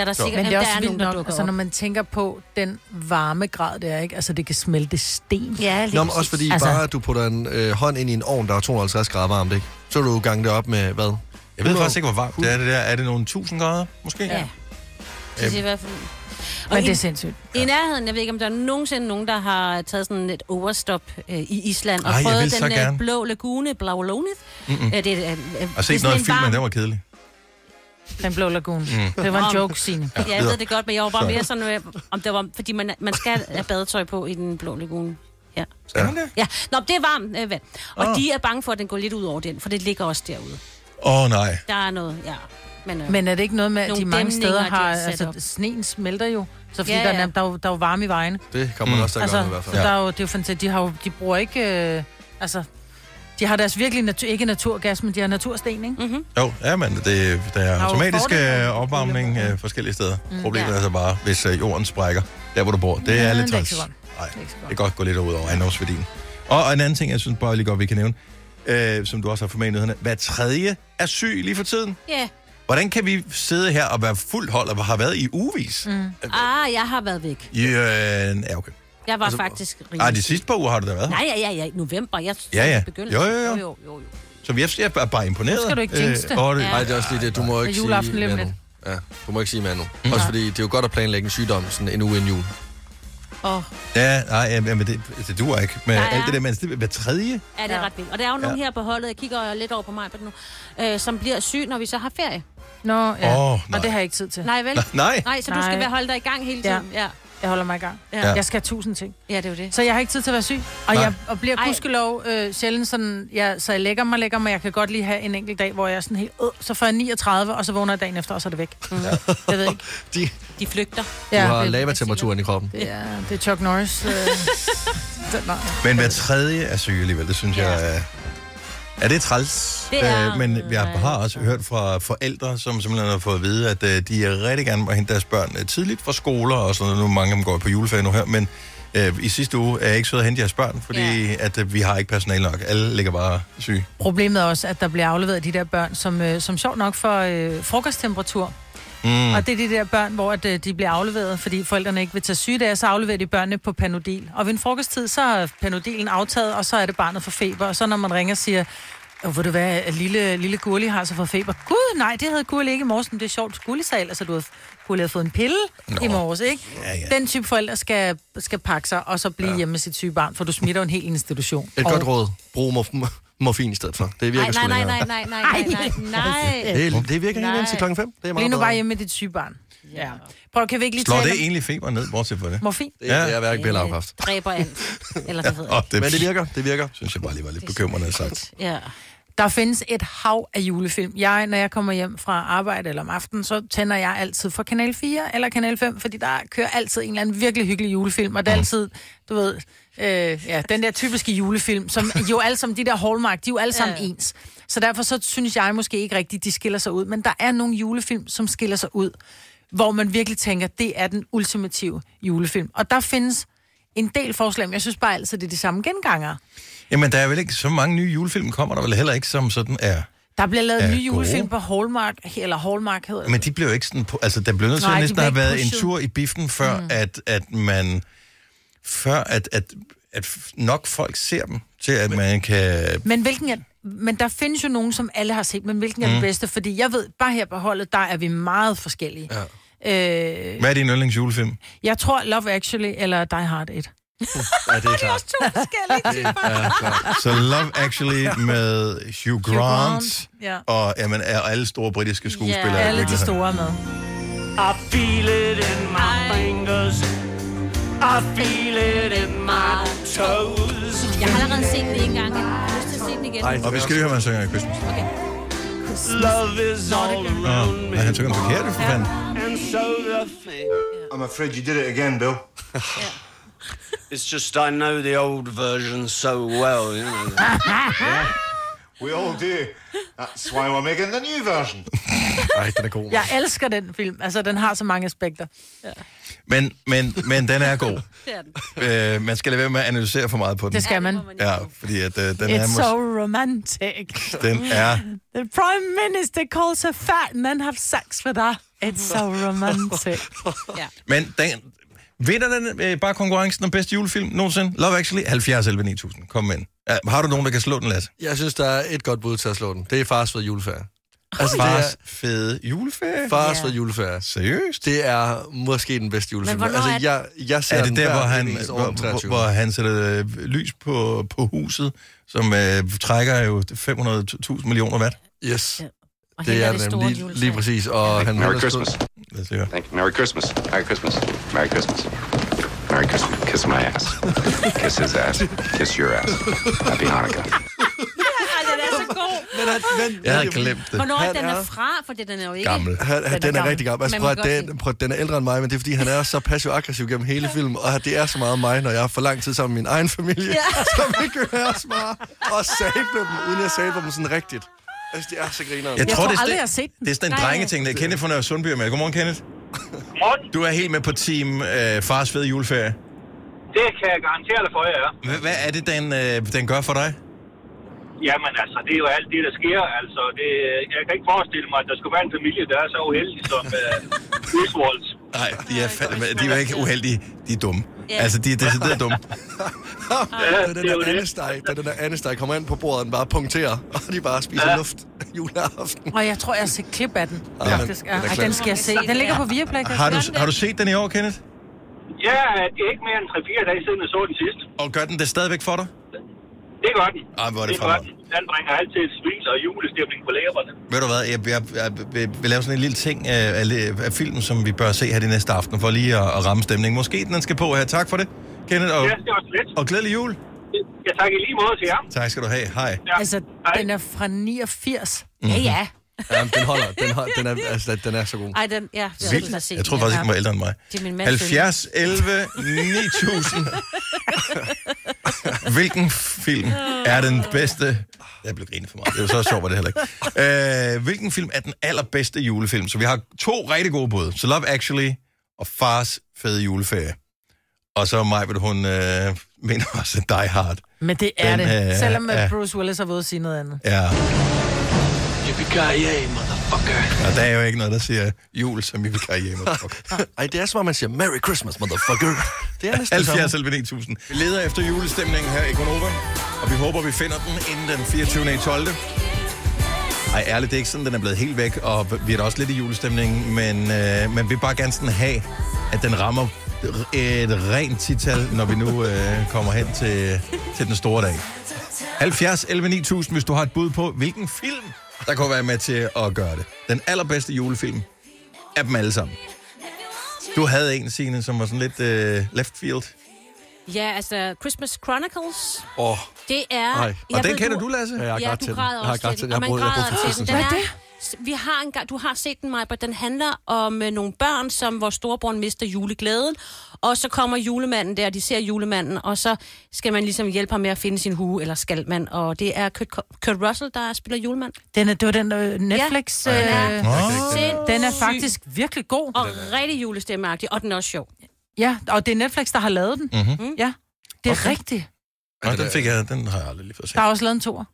er der sikkert,
Men det
der er
er også
nogen,
vildt
der
nok,
dukker
altså,
op.
når man tænker på den varmegrad, det er, ikke? Altså, det kan smelte sten.
Ja, lige
Nå, men
præcis.
også fordi
Altså-
altså... bare, at du putter en øh, hånd ind i en ovn, der er 250 grader varmt, ikke? Så vil du gange det op med, hvad?
Jeg ved faktisk ikke, hvor varmt det er det der. Er det nogle 1000 grader, måske? Øhm.
Ja. Det er i hvert fald... Og
Men det
i-
er sindssygt.
I nærheden, jeg ved ikke, om der er nogensinde nogen, der har taget sådan et overstop øh, i Island og
Ej, jeg
prøvet
vil
den
så
øh,
gerne.
blå lagune, Blau Lonet. Mm-hmm. Øh, det, er, øh, øh, det er
Jeg har set
sådan
noget
en
film,
varm-
men den var kedelig.
Altså, Den blå lagun. Mm. Det var en joke, Signe.
Ja, jeg ved det godt, men jeg var bare mere sådan, øh, om det var, fordi man, man skal have badetøj på i den blå lagune. Ja.
Skal man det?
ja. Nå, det er varmt øh, vand. Og de er bange for, at den går lidt ud over den, for det ligger også derude.
Åh, oh, nej.
Der er noget, ja. Men, øh,
Men er det ikke noget med, at de
Nogle
mange
dæmninger,
steder
de har
har...
sat
altså,
op.
sneen smelter jo. Så fordi
Ja,
ja, ja. Der,
ja.
er, nem- der, er jo, der er jo varme i vejen.
Det kommer mm. også til at
Altså,
gøre med, i hvert
så
fald.
der er jo, det er jo fantastisk. De, har jo, de bruger ikke... Øh, altså, De har deres virkelig, natu- ikke naturgas, men de har natursten, ikke?
Mhm.
Mm-hmm.
Jo, ja, men det, der er
jo
automatisk
fordele
øh,
og
opvarmning øh, forskellige steder. Problemet
ja.
er så bare, hvis øh, jorden sprækker, der hvor du bor. Det er
Ja,
lidt
det er ikke
træls.
så godt.
Nej,
Det er ikke så godt.
det kan godt gå lidt ud over ejendomsværdien. Og en anden ting, jeg synes bare lige godt, vi kan nævne, øh, som du også har fået med i nyhederne. Hver tredje er syg lige for tiden.
Ja.
Hvordan kan vi sidde her og være fuldt hold og har været i uvis? Mm.
Ah, jeg har været væk.
Ja, okay.
Jeg var altså, faktisk rigtig...
Ej, de sidste par uger har du da været her.
Nej, ja, ja, ja. i November. Jeg
Ja, ja.
Begyndte.
Jo, jo, jo. Øh,
jo, jo, jo.
Så vi er, jeg er bare imponeret.
Nu skal du ikke jinx det.
over
Ja.
Nej, Mm. det Øh, er også lige det. Du må ikke
juleaften
sige
lige om
mere nu.
lidt.
Ja, du må ikke sige mere nu. Også fordi det er jo godt at planlægge en sygdom sådan en uge inden jul.
Og
Ja, nej, ja, men det, det duer ikke. Med
Der er-
alt det der, men det, hver tredje?
Ja, det er ret vildt. Og der er jo nogen her på holdet, jeg kigger lidt over på mig nu, øh, som bliver syg, når vi så har ferie.
Nå, ja.
Åh,
Oh,
nej.
og det har jeg ikke tid til.
Nej, vel?
[LAUGHS] Nej.
Nej, så du
Nej.
skal være holde dig i gang hele
Ja.
tiden. Ja,
Jeg holder mig i gang. Ja.
Ja.
Jeg skal have tusind ting.
ja det er jo det.
Så jeg har ikke tid til at være syg. Og,
Nej.
jeg, og bliver
Ej.
gudskelov øh, sjældent sådan, jeg, så jeg lægger mig, lægger mig. Jeg kan godt lige have en enkelt dag, hvor jeg er sådan helt, øh, så får jeg 39, og så vågner jeg dagen efter, og så er det væk. Mm. Jeg ved ikke.
[LAUGHS] De,
De flygter.
du
Ja,
har
det,
lavatemperaturen i kroppen.
ja, det er Chuck Norris. Øh, den var,
Men hver tredje er syge alligevel, det synes ja.
Ja.
jeg er... Ja, det er træls.
Det er-
Øh, men jeg har også hørt fra forældre, som simpelthen har fået at vide, at øh, de er rigtig gerne må hente deres børn øh, tidligt fra skoler og sådan noget. Nu er mange af dem går på juleferie nu her, men øh, i sidste uge er jeg ikke sød at hente jeres børn, fordi ja. at, øh, vi har ikke personale nok. Alle ligger bare syge.
Problemet er også, at der bliver afleveret de der børn, som, øh, som sjovt nok får øh, frokosttemperatur. Mm. Og det er de der børn, hvor at, øh, de bliver afleveret, fordi forældrene ikke vil tage sygedage, så afleverer de børnene på panodil. Og ved en frokosttid, så er panodilen aftaget, og så er det barnet for feber. Og så når man ringer og siger, "Åh, ved du hvad, at lille, lille Gurli har så for feber. Gud, nej, det havde Gurli ikke i morges, men det er sjovt. Gurli sagde ellers, at du havde, Gurli havde fået en pille Nå. i morges, ikke? Ja, ja. Den type forældre skal, skal pakke sig, og så blive ja. hjemme med sit syge barn, for du smitter jo en hel institution.
Et
Og-
godt råd. Brug morf- morfin i stedet for. Det virker
Nej,
sgu
nej, nej,
længere.
nej, nej, nej, nej,
[LAUGHS]
nej, nej.
Det, det virker helt
Nej.
indtil klokken 5. Det er meget
Bliv nu
bedre.
bare hjemme med dit syge barn. Ja. Prøv, kan vi ikke lige
Slår
tale
det
om
egentlig feberen ned, bortset fra det?
morfin?
Det er, det er hverken piller afkræft.
Dræber alt. Eller hvad hedder
Åh,
det?
det,
Men det virker, det virker.
synes jeg bare lige var lidt bekymrende sagt.
Ja.
Der findes et hav af julefilm. Jeg, når jeg kommer hjem fra arbejde eller om aftenen, så tænder jeg altid for Kanal 4 eller Kanal 5, fordi der kører altid en eller anden virkelig hyggelig julefilm, og det er altid, du ved, øh, ja, den der typiske
[LAUGHS]
julefilm, som jo alle sammen, de der Hallmark, de er jo alle sammen
Ja.
ens. Så derfor så synes jeg måske ikke rigtigt, de skiller sig ud, men der er nogle julefilm, som skiller sig ud, hvor man virkelig tænker, det er den ultimative julefilm. Og der findes en del forslag, men jeg synes bare altid, det er de samme genganger.
Jamen, der er vel ikke så mange nye julefilm, kommer der vel heller ikke, som sådan er...
Der bliver lavet
er
en ny julefilm
gode.
på Hallmark, eller Hallmark hedder det.
Men de blev ikke sådan... På, altså, der blev nødt til
Nej, de
næsten
blev
at have
ikke
været en
pushet.
tur i biffen, før mm. at, at man... Før at, at, at nok folk ser dem, til at man kan...
Men hvilken er, men der findes jo nogen, som alle har set, men hvilken er den bedste? Fordi jeg ved, bare her på holdet, der er vi meget forskellige. Ja. Øh,
Hvad er din [LAUGHS] yndlingsjulefilm?
jeg tror Love Actually eller Die Hard 1. [LAUGHS]
Ja, det er klart.
Så Love Actually med Hugh Grant,
Grant, ja.
og jamen, er alle store britiske skuespillere. i
Alle de
virkeligheden.
store er med.
Jeg har allerede set den en gang. Jeg har lyst til at se den igen.
Og vi skal
[LAUGHS]
lige høre, hvad han synger i Christmas. Okay. Love is all around me. han synger den forkerte, for [LAUGHS] fanden.
I'm afraid you did it again, Bill.
[LAUGHS] It's just I know the old version so well, you know.
We all do. That's why we're making the new version.
Nej, den er god.
[LAUGHS] Jeg elsker den film. Altså, den har så mange aspekter.
Men, men, men den er god.
Det er den.
øh, man skal lade være med at analysere for meget på den.
Det skal man.
må man
Ja, fordi at, øh, den, er
It's so
mås-
romantic.
den er...
The prime minister calls her fat and then have sex with her. It's so [LAUGHS] romantic.
Men den, vinder den øh, bare konkurrencen om bedste julefilm nogensinde? Love Actually 70 11 9000. Kom ind. Ja, har du nogen, der kan slå den, Lasse?
[LAUGHS] Jeg synes, der er et godt bud til at slå den. Det er fars ved juleferie. Altså, det
Fars
er
fede juleferie.
fars ved juleferie.
Seriøst?
Det er måske den bedste julefilm.
Men hvornår
altså,
er den?
jeg, jeg ser
Er
den
det der,
hver
hvor han,
eneste år
hvor,
den
hvor,
23.
hvor han sætter øh, lys på, på huset, som øh, trækker jo 500.000 millioner watt?
Yes,
Og
det
hælder
er den
store
nemlig. lige,
juletræ.
lige præcis. Og han
Merry
han-
Christmas.
Lad os høre.
Thank you. Merry Christmas. Merry Christmas. Merry Christmas. Merry Christmas. Kiss my ass. Kiss his ass. Kiss your ass. Happy Hanukkah.
Ej, den er så god.
den er, den,
Jeg havde glemt det.
Hvornår er
Han
den er
er
fra? For det, den er jo ikke...
Gammel.
Han, han,
Den er
den er
gammel.
rigtig gammel. Altså,
Man
prøv,
må
at
godt
den, prøv, at den er ældre end mig, men det er, fordi han er så passiv-aggressiv gennem hele filmen, og det er så meget mig, når jeg er for lang tid sammen med min egen familie, ja. [LAUGHS] som ikke vil høre os meget, og sable dem, uden jeg sable dem sådan rigtigt. Altså, det er så grineren.
Jeg,
Jeg tror
det
aldrig,
er sådan-
jeg har set den.
Det er sådan en
Nej.
drengeting. Det er Kenneth fra Nørre Sundby. er Med. Godmorgen, Kenneth.
Morgen,
Du er helt med på team øh, Fars fede juleferie.
det kan jeg garantere dig for, jeg er.
H- hvad er det, den, øh, den gør for dig?
Jamen altså, det er jo alt det, der sker. Altså, det, jeg kan ikke forestille mig, at der skulle være en familie, der er så uheldig som øh, Griswolds.
Nej, de er, fandme, de er jo ikke uheldige. De er dumme.
Ja.
Altså, de er decideret dumme.
Ja,
Da den
det er jo
der
det.
andesteg, da den der andesteg kommer ind på bordet, og den bare punkterer, [LAUGHS] og de bare spiser
Ja.
luft [LAUGHS] juleaften.
Og jeg tror, jeg har set klip af den.
Ja.
Faktisk. Ja,
Den er
Ej,
klar.
den skal jeg se. Den ligger på Viaplay. kan jeg
Har
se.
du, har du set den i år, Kenneth?
Ja, det er ikke mere end 3-4 dage siden, jeg så den sidst.
Og gør den det stadigvæk for dig?
Det gør den.
Ej, hvor er det
det gør
fremragende.
den. Den bringer altid et smil og julestemning på læberne.
Ved du hvad, jeg, jeg, jeg, jeg vil lave sådan en lille ting øh, af, af filmen, som vi bør se her de næste aften, for lige at, at ramme stemningen. Måske den skal på her. Tak for det, Kenneth, og,
Ja, det var så lidt.
og glædelig jul.
Jeg takker i lige måde til jer.
Tak skal du have. Hej.
Ja.
Altså,
Hej.
den er fra 89.
Mhm.
Ja, ja.
Jamen, den holder. Den, holder, den, er, altså, den er så god.
Ej, den... Ja, det er
Vildt.
også set.
Jeg tror faktisk ikke, den var ældre end mig.
Det er min mands
70, 11, 9000. Hvilken film er den bedste... Jeg blev grinet for meget. Det var så sjovt, var det heller ikke. Øh, hvilken film er den allerbedste julefilm? Så vi har to rigtig gode bud. Så Love Actually og Fars fede juleferie. Og så mig, vil hun øh, mener også Die Hard.
Men det er
Den, øh,
det. Selvom
ja.
øh, Bruce Willis har været ude at sige noget andet.
Ja,
Yippee-ki-yay, motherfucker.
og der er jo ikke noget, der siger jul, som vi vil kage hjemme.
[LAUGHS] Ej, det er som om, man siger, Merry Christmas,
[LAUGHS]
motherfucker. Det er næsten det samme.
70 selv 9000. Vi leder efter julestemningen her i Gonova, og vi håber, vi finder den inden den 24. i 12. Ej, ærligt, det er ikke sådan, den er blevet helt væk, og vi er da også lidt i julestemningen, men øh, man vil bare gerne sådan have, at den rammer et rent tital, når vi nu øh, kommer hen til, til den store dag. 70 11 9000, hvis du har et bud på, hvilken film, der kunne være med til at gøre det. Den allerbedste julefilm af dem alle sammen. Du havde en, Signe, som var sådan lidt øh, left field.
Ja, altså Christmas Chronicles.
Åh, oh,
Det er...
Nej.
Jeg
Og den
ved,
kender du, Lasse?
jeg har
ja,
grædt
du
til den.
græder
Jeg har
også
grædt til
til
den.
den. Og
Jeg
man
har brugt- jeg har
græder
brugt
til den.
tid til
den er, vi har en gang, du har set den, Maja, den handler om øh, nogle børn, som hvor storebroren mister juleglæden, og så kommer julemanden der, de ser julemanden, og så skal man ligesom hjælpe ham med at finde sin hue, eller skal man, og det er Kurt, Kurt Russell, der spiller julemand.
Den er, det var den øh, Netflix...
Ja.
Øh,
Den er- Sindssyg.
den er faktisk virkelig god.
Og rigtig julestemmeagtig, og den er også sjov.
Ja, og det er Netflix, der har lavet den.
Mhm.
Ja, det er okay. rigtigt.
Nå, den, fik jeg, den har jeg aldrig lige fået set.
Der er også lavet en toer.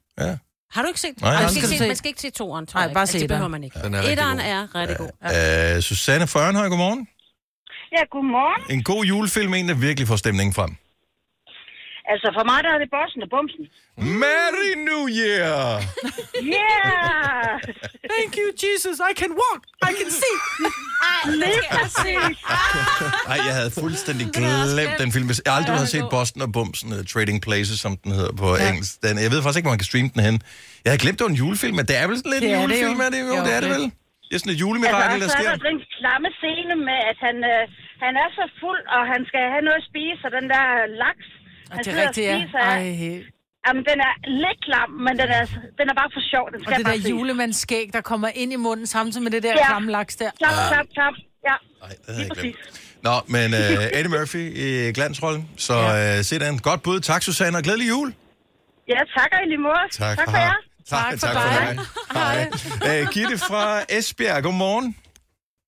Har du ikke set den?
Nej,
Ej,
jeg
man,
har
skal
aldrig
ikke
set
se,
den.
man skal ikke se toeren, tror
Nej,
jeg.
bare
Altså,
se
Det behøver
etteren.
man ikke.
den er rigtig
Etteren
god.
er rigtig god.
Øh, Susanne Førenhøj, godmorgen.
Ja, godmorgen.
En god julefilm, en der virkelig får stemningen frem.
Altså, for mig der er det bossen og bumsen.
Merry New Year!
Yeah!
Thank you, Jesus. I can walk. I can see.
Lige
[LAUGHS]
præcis.
Ej, jeg havde fuldstændig
er også
glemt
glemt.
den film. Hvis jeg aldrig
Ja,
har
den er
set
god.
Boston og Bumsen, uh, Trading Places, som den hedder på ja. engelsk. Den, jeg ved faktisk ikke, hvor man kan streame den hen. Jeg havde glemt, det var en julefilm, men det er vel sådan lidt
Det
en
er det
julefilm,
jo.
er det jo?
Jo,
det er det
det.
vel? Det er sådan et
Altså,
julemirakel,
og
der
så er
sker.
der den klamme scene med, at han, øh, han er så fuld, og han skal have noget at spise, og den der laks,
Og
han
det er
sidder
rigtigt, ja.
og spiser.
Ej,
Ej. Jamen, den er lidt klam, men den er, den er bare for sjov. Den
og
skal
det
bare
der
ses.
julemandsskæg, der kommer ind i munden samtidig med det der
Ja.
klamme laks der.
Tap, tap, tap. Ja.
Nej, det havde jeg glemt. Nå, men uh, Eddie Murphy i glansrollen. Så uh, se den. Godt bud. Tak, Susanne, og glædelig jul.
Ja, tak og i lige måde.
Tak,
tak for
hej.
jer.
Tak, tak,
Tak for
tak for
dig.
dig. Hej. Æ, Gitte fra Esbjerg, godmorgen.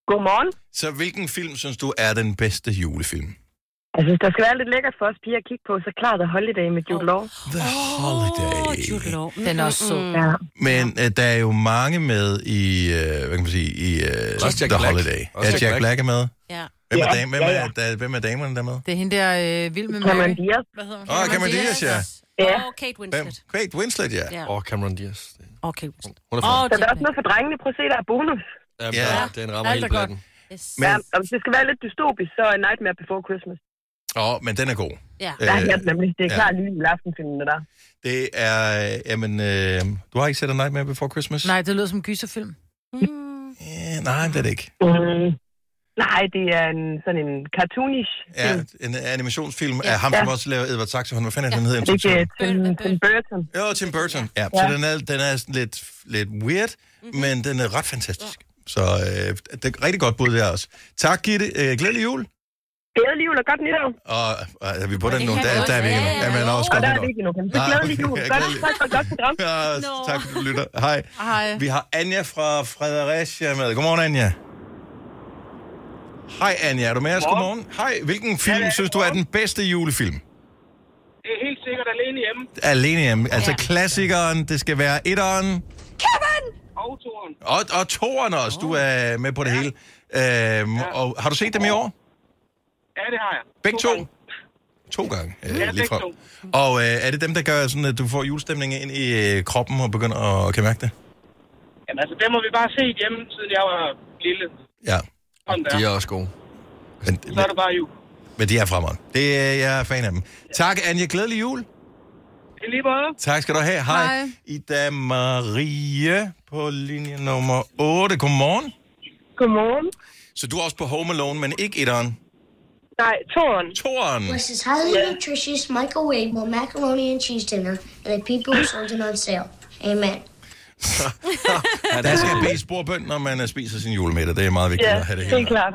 Godmorgen.
Så hvilken film synes du er den bedste julefilm?
Jeg synes, der skal være lidt lækkert for os piger at kigge på, så klart er Holiday med Jude Law.
The
Åh,
Holiday.
Jude Law.
Den er også sød.
Ja.
Men øh, der er jo mange med i, øh, hvad kan man sige, i øh,
Også
The
Jack Black.
Holiday.
Også
ja,
Jack
Jack
Black.
Black er med.
Ja.
Hvem er,
Ja,
dam- hvem
ja,
er,
ja.
der, hvem er damerne, der er med?
Det er hende der øh, vild med
Cameron
Mary.
Diaz.
Hvad hedder hun?
Åh, Cameron Diaz, ja.
Ja.
Og Kate
Hvem?
Winslet.
Kate Winslet, ja.
Ja.
Åh, oh, Cameron Diaz. Det-
Og Kate Winslet.
Hun er
Og
fra.
Så der er
Jack
også noget for drengene. Prøv at se, der er bonus.
Jamen,
Ja.
ja. Den rammer
Alt
hele
er godt.
pladen.
Black. Yes.
Men,
Ja, og hvis det skal være lidt dystopisk, så er Nightmare Before Christmas.
åh, men den er god.
Ja.
Der er øh, nemlig. Det er
ja.
klart lige i aftenfilmene der.
Det er, øh, jamen, øh, du har ikke set A Nightmare Before Christmas?
Nej, det lyder som en gyserfilm.
Mm.
Ja, nej, det er det ikke.
Mm.
Nej, det er en, sådan en cartoonish
Ja, en animationsfilm af ham, som
Ja.
også laver Edward Saxon. Hvad fanden er det, han hedder?
Det
øh,
er Tim, Tim Burton.
Jo, Tim Burton. Ja,
Ja. Mhm.
så den er, den er sådan lidt, lidt weird, men den er ret fantastisk. Så øh, det er rigtig godt bud der også. Tak, Gitte. Øh, glædelig jul.
Glædelig jul og godt nytår.
Og øh, er vi på den
det
nu?
kan
Der,
godt
der er vi
være,
ikke nu.
ja,
Ja, men
ja.
også
Og
godt
der er
nytår.
vi ikke endnu. Så
Nej,
glædelig jul.
ja,
Godt,
glædelig-
tak for et godt program.
Ja, tak, fordi du lytter. Hej.
Hej.
Vi har Anja fra Fredericia med. Godmorgen, Anja. Hej, Anja. Er du med os?
Godmorgen.
Godmorgen. Hej. Hvilken film synes du er den bedste julefilm?
Det er helt sikkert alene hjemme.
Alene hjemme. Altså klassikeren. Det skal være etteren.
Kevin! Og toren.
Og, og toeren også. Du er med på det hele. Øhm, og har du set dem i år?
Ja, det har jeg.
Begge to? To gange, øh,
Ja,
lige
begge
frem.
to.
Og øh, er det dem, der gør sådan, at du får julestemningen ind i øh, kroppen og begynder at kan mærke det?
Jamen altså, det må vi bare se hjemme, siden jeg var lille.
Ja.
Sådan der.
er også gode. Men,
Så er det bare jul.
men de er fremad. Det er jeg er fan af dem. Tak, Anja. Glædelig jul.
I lige måde.
Tak skal du have. Hej. Hej. Ida Marie på linje nummer 8. Godmorgen.
Godmorgen.
Så du er også på Home Alone, men ikke etteren.
Nej, toren.
Toren.
Was this highly nutritious microwavable macaroni and cheese dinner and the people who sold it on sale. Amen.
Der skal bedes bordbøn, når man øh, spiser sin julemiddag. Det er meget vigtigt at have det hele. [LAUGHS]
klart.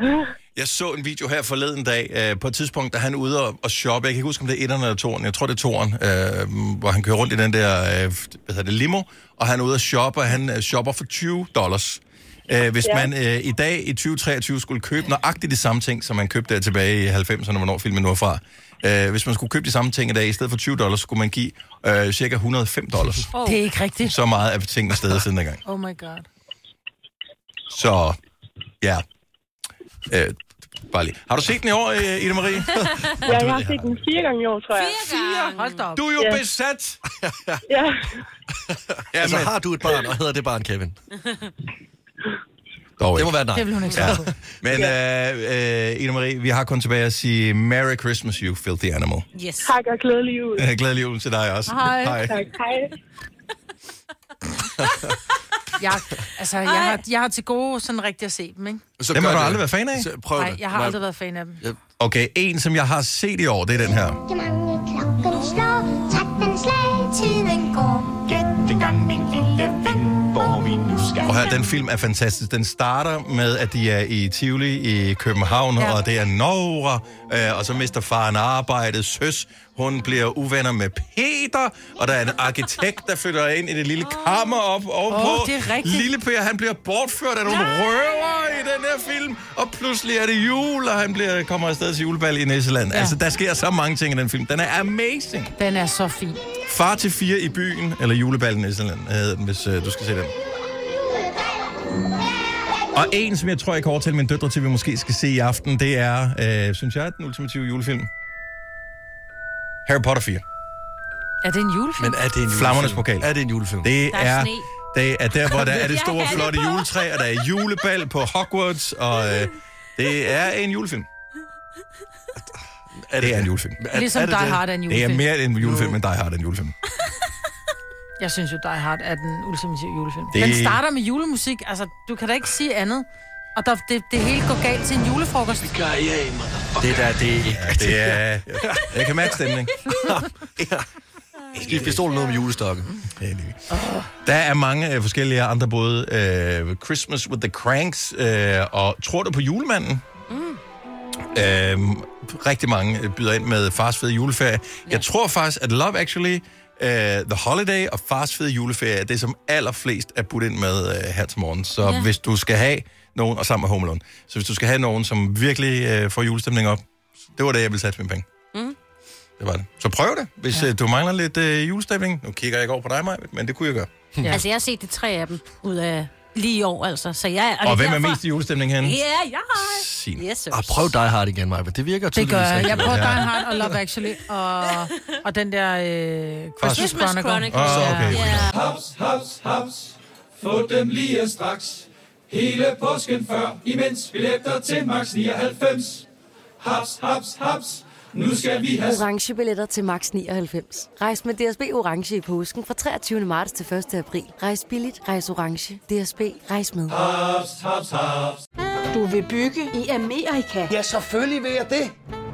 Jeg så en video her forleden dag, øh, på et tidspunkt, da han er ude og, og shoppe. Jeg kan ikke huske, om det er etteren eller toren. Jeg tror, det er toren, øh, hvor han kører rundt i den der øh, hvad hedder det, limo, og han er ude og shoppe, og han øh, shopper for 20 dollars. Øh, hvis
Ja.
man øh, i dag i 2023 skulle købe nøjagtigt de samme ting, som man købte der tilbage i 90'erne, hvornår filmen nu er fra. Øh, hvis man skulle købe de samme ting i dag, i stedet for 20 dollars, skulle man give øh, cirka 105 dollars.
Oh. Det er ikke rigtigt.
Så meget er tingene stedet siden dengang.
Oh my god.
Så ja. Øh, bare lige. Har du set den i år, øh, Ida
[LAUGHS]
Marie?
ja, jeg har set den fire gange i år, tror jeg.
Fire gange?
Hold da op.
Du er jo
Ja.
besat! [LAUGHS]
Ja.
Ja,
altså, har du et barn, og hedder det barn Kevin?
Dog
Det må være et nej.
Det vil hun ikke svare på.
Men øh, øh, Ida Marie, vi har kun tilbage at sige Merry Christmas, you filthy animal. [LAUGHS]
Yes.
Tak og glædelig jul.
Øh, Glædelig jul til dig også.
Tak, hej.
[LAUGHS] Jeg, altså, jeg har, jeg har til gode sådan rigtig at se dem, ikke?
Så Dem har du aldrig været fan af?
Prøv
Nej, jeg har aldrig været fan af dem.
Okay, en som jeg har set i år, det er den her.
Rigtig mange klokken slår, træt den slag, tiden går. Gæt en gang, min lille ven, hvor vi nu skal.
Og her, den film er fantastisk. Den starter med, at de er i Tivoli i København, ja. og det er Nora, øh, og så mister faren arbejdet, søs, hun bliver uvenner med Peter, og der er en arkitekt, der flytter ind i det lille kammer op ovenpå.
Åh, det er rigtigt.
Lille Per, han bliver bortført af nogle røver i den her film, og pludselig er det jul, og han bliver, kommer afsted til julebal i Næsseland. Ja. Altså, der sker så mange ting i den film. Den er amazing.
Den er så fin.
Far til fire i byen, eller juleballen i Island, hedder den, hvis øh, du skal se den. Og en, som jeg tror, jeg kan overtale mine døtre til, vi måske skal se i aften, det er, øh, synes jeg, den ultimative julefilm. Harry Potter 4.
Er det en julefilm?
Flammernes pokal. Er det en julefilm? Det
Der
der
er
er,
sne.
det er der, hvor der
[LAUGHS]
er det
Jeg
store,
havde det
flotte
på.
juletræ, og der er julebal på Hogwarts, og øh, det er en julefilm. Er det, det er en julefilm.
Ligesom
det
Die
det?
Hard er en
Det
julefilm.
er mere en julefilm, end Die Hard er en julefilm.
Jeg synes jo, Die Hard er den ultimative julefilm.
Det-
Det... Den starter med julemusik. Altså, du kan da ikke sige andet. Og der, det, det hele går galt til en julefrokost.
Det der, det er ikke.
det er... Jeg kan mærke stemning.
Skift pistolen ud med julestokken.
Der er mange øh, forskellige andre, både øh, Christmas with the Cranks, øh, og tror du på julemanden? Mm. Øh, rigtig mange øh, byder ind med Fars Fede Juleferie. Jeg tror faktisk, at Love Actually, øh, The Holiday og Fars Fede Juleferie er det, som allerflest er budt ind med øh, her til morgen. Så
Ja.
ja. hvis du skal have nogen, og sammen med Home Alone, så hvis du skal have nogen, som virkelig øh, får julestemning op, det var det, jeg ville satse mine penge.
Mm.
Det var det. Så prøv det, hvis ja. du mangler lidt øh, julestemning. Nu kigger jeg ikke over på dig, Maj, men det kunne jeg gøre.
Ja. Altså, jeg har set de tre af dem ud af lige i år, altså. Så jeg,
Og
det
hvem er mest i julestemning henne?
Ja, jeg har.
Sin.
Yes, sir.
Og prøv Die Hard igen, Maja. Det virker
Det
tydeligvis
gør jeg.
rigtig
Jeg
godt.
prøver Die Hard og Love Actually, og, og den der øh, Christmas,
Christmas
Chronicle.
Chronicle.
Ah, okay.
Haps, haps, haps. Få dem Øhm, lige straks. Hele påsken før, imens billetter til max 99. Haps, haps, haps. Nu skal vi have...
orange billetter til max 99. Rejs med DSB orange i påsken fra 23. marts til 1. april. Rejs billigt, rejs orange. DSB rejs med.
Haps, haps, haps.
Du vil bygge i Amerika? Ja, selvfølgelig vil jeg det.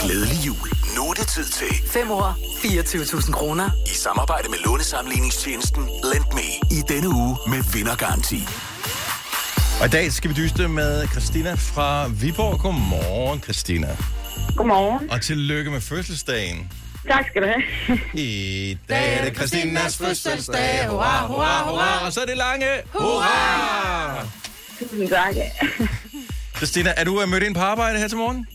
Glædelig jul. Nu er det tid til
5 år, 24.000 kroner.
i samarbejde med lånesamligningstjenesten LendMe. I denne uge med vindergaranti.
Og i dag skal vi dyste med Christina fra Viborg. Godmorgen, Christina.
Godmorgen.
Og tillykke med fødselsdagen.
Tak skal du have.
I dag er det Christinas fødselsdag. Hurra, hurra, hurra. Og så er det lange. Hurra!
Tusind tak.
Christina, er du øh, mødt ind på arbejde her til morgen?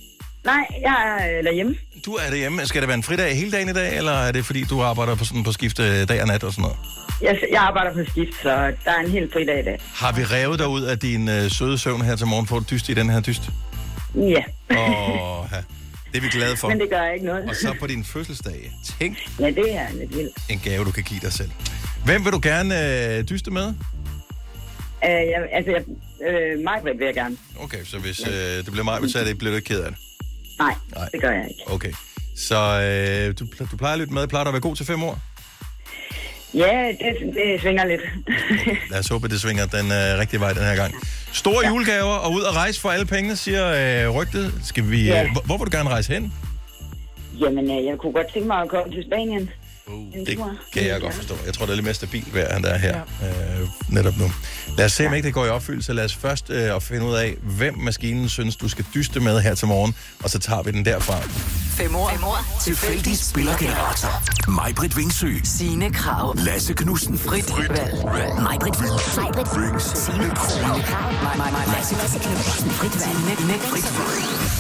Nej, jeg
øh,
er eller hjemme.
Du er derhjemme. Skal det være en fridag hele dagen i dag, eller er det fordi, du arbejder på, sådan, på skift øh, dag og nat og sådan noget?
Jeg, jeg arbejder på skift, så der er en helt fridag i dag.
Har vi revet dig ud af din øh, søde søvn her til morgen? Får du dyst i den her dyst?
Ja,
Åh, ja. det er vi glade for.
men det gør ikke noget.
Og så på din fødselsdag. Tænk
Ja, det er lidt vildt.
en gave, du kan give dig selv. Hvem vil du gerne øh, dyste med?
Øh,
Uh, jeg, altså, jeg, uh, mig vil jeg gerne.
Okay, så hvis øh, det bliver mig, så er det, bliver du ikke ked af det.
Nej,
Nej.
det gør jeg ikke.
Okay. Så øh, du, pl- du plejer at lytte med. Plejer du at være god til fem år?
Ja, det, det svinger lidt.
Lad os håbe, at det svinger den øh, rigtige vej den her gang. Store ja. julegaver og ud og rejse for alle pengene, siger øh, rygtet. Skal vi, øh,
Ja.
hvor, hvor vil du gerne rejse hen?
Jamen, uh, jeg kunne godt tænke mig at komme til Spanien. Uh,
Det kan jeg godt forstå. Jeg tror, det er lidt mere stabilt vejr, end der er her ja. øh, netop nu. Lad os se, om ikke det går i opfyldelse. Lad os først øh, at finde ud af, hvem maskinen synes, du skal dyste med her til morgen, og så tager vi den derfra.
5 år, 5 år.
Tilfældig spillergenerator. Majbrit Vingsø.
Signe Krav.
Lasse Knudsen.
Frit valg. Majbrit Majbrit Signe Krav. Mig, mig, mig. Lasse Lasse Knudsen. Frit valg. Nik, nik. Frit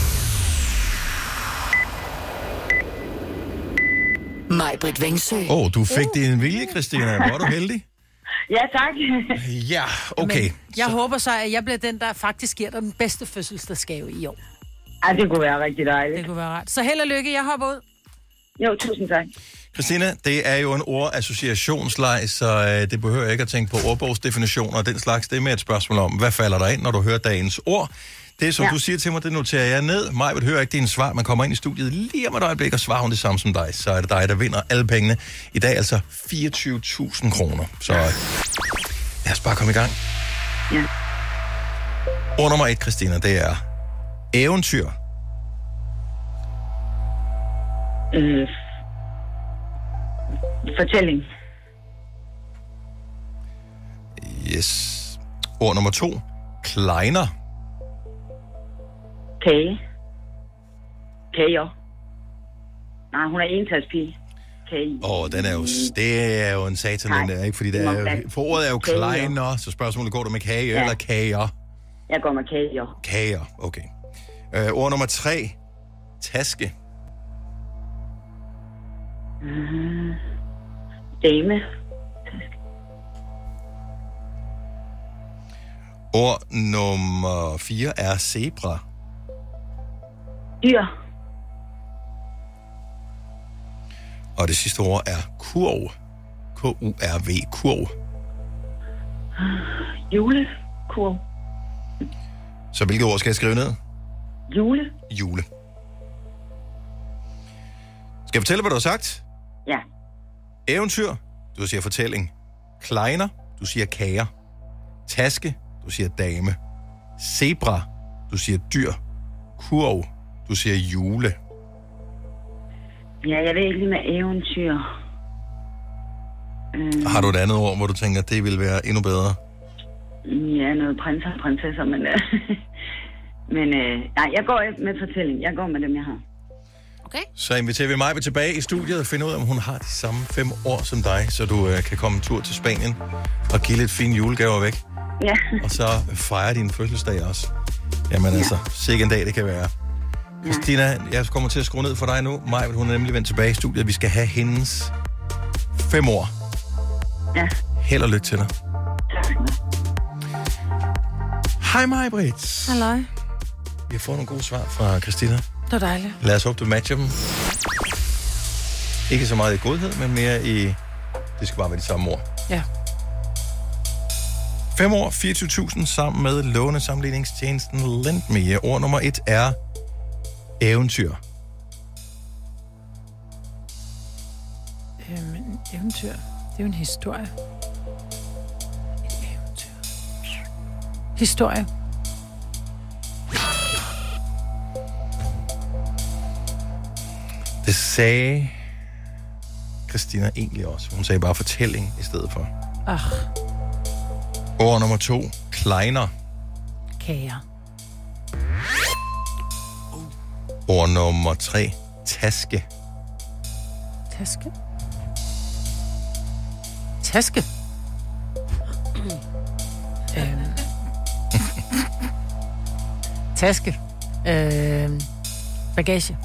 valg. Majbrit Vingsø.
Åh, oh, du fik din vilje, Christina. Hvor er du heldig.
Ja, tak.
Ja, okay.
Jeg håber så, at jeg bliver den, der faktisk giver dig den bedste fødselsdagsgave i år.
Ej, det kunne være rigtig dejligt.
Det kunne være rart. Så held og lykke, jeg hopper ud.
Jo, tusind tak.
Christina, det er jo en ordassociationsleg, så øh, det behøver jeg ikke at tænke på ordbogsdefinitioner og den slags. Det er mere et spørgsmål om, hvad falder der ind, når du hører dagens ord? Det, som ja.
Ja.
du siger til mig, det noterer jeg ned. Maj vil høre ikke dine svar. Man kommer ind i studiet lige om et øjeblik, og svarer hun det samme som dig. Så er det dig, der vinder alle pengene. I dag altså 24.000 kroner. Så øh, lad os bare komme i gang.
Ja.
Ord nummer et, Christina, det er eventyr.
Uh, fortælling.
Yes. Ord nummer to, kleiner.
Kage. Kager. Nej, hun er entalspige. Kage.
Åh, oh, den er jo, det er jo en satan, den der, ikke? Fordi det er, jo- for ordet er jo
Kager.
kleiner, så spørgsmålet går du med kage ja.
Ja.
eller kager?
Jeg går med kager.
Kager, okay. Uh, ord nummer tre, taske.
Mm. Dame.
Ord nummer fire er zebra.
Dyr.
Og det sidste ord er kurv. K-U-R-V, kurv.
Julekurv.
Så hvilket ord skal jeg skrive ned?
Jule.
Jule. Skal jeg fortælle, hvad du har sagt?
Ja.
Eventyr, du siger fortælling. Kleiner, du siger kager. Taske, du siger dame. Zebra, du siger dyr. Kurv, du siger jule.
Ja, jeg ved ikke lige med eventyr. Mm.
Har du et andet ord, hvor du tænker, det ville være endnu bedre?
Ja, noget prinser og prinsesser, men... øh, [LAUGHS] men øh, nej, jeg går ikke med fortælling. Jeg går med dem, jeg har.
Så inviterer vi Maja tilbage i studiet og finder ud af, om hun har de samme fem år som dig, så du øh, kan komme en tur til Spanien og give lidt fine julegaver væk.
Ja.
Og så fejre din fødselsdag også. Jamen altså, sikke en dag det kan være. Christina, jeg kommer til at skrue ned for dig nu. Maj, hun er nemlig vendt tilbage i studiet. Vi skal have hendes fem år.
Ja.
Held og lykke til dig. Hej mig, Britt.
Halløj.
Vi har fået nogle gode svar fra Christina.
Det var dejligt.
Lad os håbe, du matcher dem. Ikke så meget i godhed, men mere i... Det skal bare være de samme ord.
Ja.
5 år, 24.000 sammen med lånesamligningstjenesten Lendme. Ord nummer et er eventyr.
Øhm, en eventyr. Det er jo en historie. Et eventyr. Historie.
Det sagde Christina egentlig også. Hun sagde bare fortælling i stedet for.
Ah,
Ord nummer to, kleiner.
kager.
Ord nummer tre, taske.
Taske. Taske. øhm. Taske. Øhm. Bagage.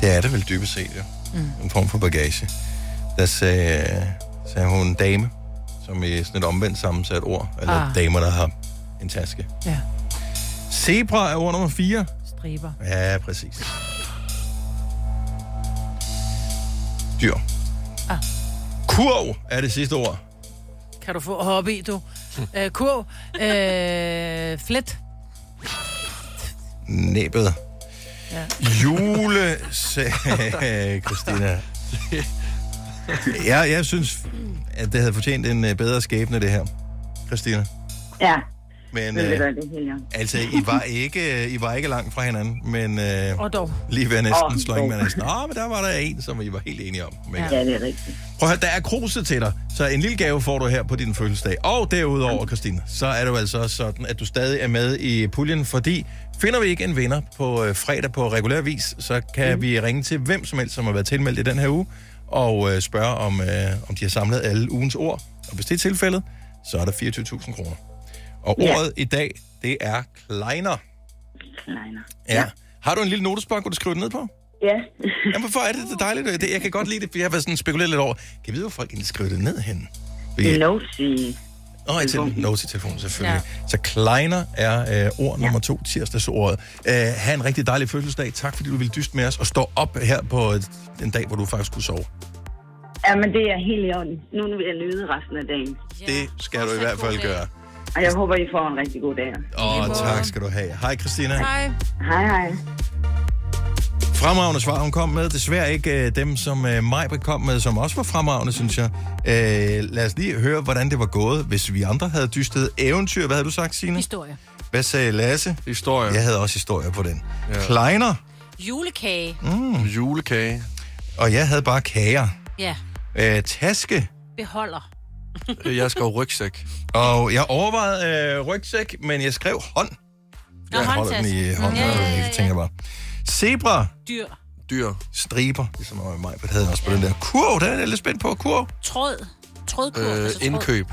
Det er det vel dybest set, jo.
Mm.
En form for bagage. Der sagde, sagde hun dame, som i sådan et omvendt sammensat ord. Eller
Ah.
ah. damer, der har en taske.
Ja.
Zebra er ord nummer 4.
Striber.
Ja, præcis. Dyr.
Ah.
Kurv er det sidste ord.
Kan du få hobby, du? Øh, kurv. Øh, flet.
Næbet.
Ja.
Jule, sagde Christina. Jeg, jeg synes, at det havde fortjent en øh, bedre skæbne, det her. Christina.
Ja,
Men
det
øh,
gør det helt, ja.
altså, I var, ikke, I var ikke langt fra hinanden, men øh,
Og dog.
lige ved næsten
Åh,
oh, slå
dog.
en med næsten. Åh, men der var der en, som I var helt enige om. Men,
Ja, det er rigtigt.
Prøv at høre, der er kruse til dig, så en lille gave får du her på din fødselsdag. Og derudover, Christine, så er det jo altså også sådan, at du stadig er med i puljen, fordi finder vi ikke en vinder på øh, fredag på regulær vis, så kan mm. vi ringe til hvem som helst, som har været tilmeldt i den her uge, og øh, spørge, om, øh, om de har samlet alle ugens ord. Og hvis det er tilfældet, så er der 24.000 kroner. Og
Ja.
ordet i dag, det er kleiner.
Kleiner.
Ja. ja. Har du en lille notesbog, du kan skrive den [LAUGHS] ned på?
Ja.
Jamen, hvorfor er det det dejligt? Det, jeg kan godt lide det, for jeg har været sådan spekuleret lidt over. Kan jeg vide, hvor folk egentlig skriver det ned hen?
Det er notes i...
Nå, jeg til Note-telefonen selvfølgelig. Ja. Så Kleiner er øh, ord nummer to, tirsdagsordet. Øh, ha' en rigtig dejlig fødselsdag. Tak, fordi du ville dyste med os og stå op her på øh, den dag, hvor du faktisk kunne sove.
Ja, men det er helt i orden. Nu vil jeg nyde resten af dagen.
Det skal du i hvert fald gøre.
Og jeg håber, I får en rigtig god dag.
Åh, tak skal du have. Hej, Christina.
Hej, hej.
Fremragende svar, hun kom med. Desværre ikke øh, dem, som øh, Majbrit kom med, som også var fremragende, synes jeg. Øh, lad os lige høre, hvordan det var gået, hvis vi andre havde dystet eventyr. Hvad havde du sagt, Signe?
Historie.
Hvad sagde Lasse? Historie. Jeg havde også historie på den. Ja. Kleiner.
Julekage.
Mm. Julekage. Og jeg havde bare kager.
Ja.
Øh, taske.
Beholder.
Jeg skrev rygsæk. Og jeg overvejede øh, rygsæk, men jeg skrev hånd.
Nå,
jeg holder den i
håndtaske.
hånden,
Ja, ja, ja,
ja. tænker jeg bare. Zebra.
Dyr.
Dyr. Striber, ligesom mig, for det havde jeg også på den der. Kurv, den er jeg lidt spændt på. Kurv.
Øh, Tråd. Trådkurv.
Øh,
altså tråd.
indkøb.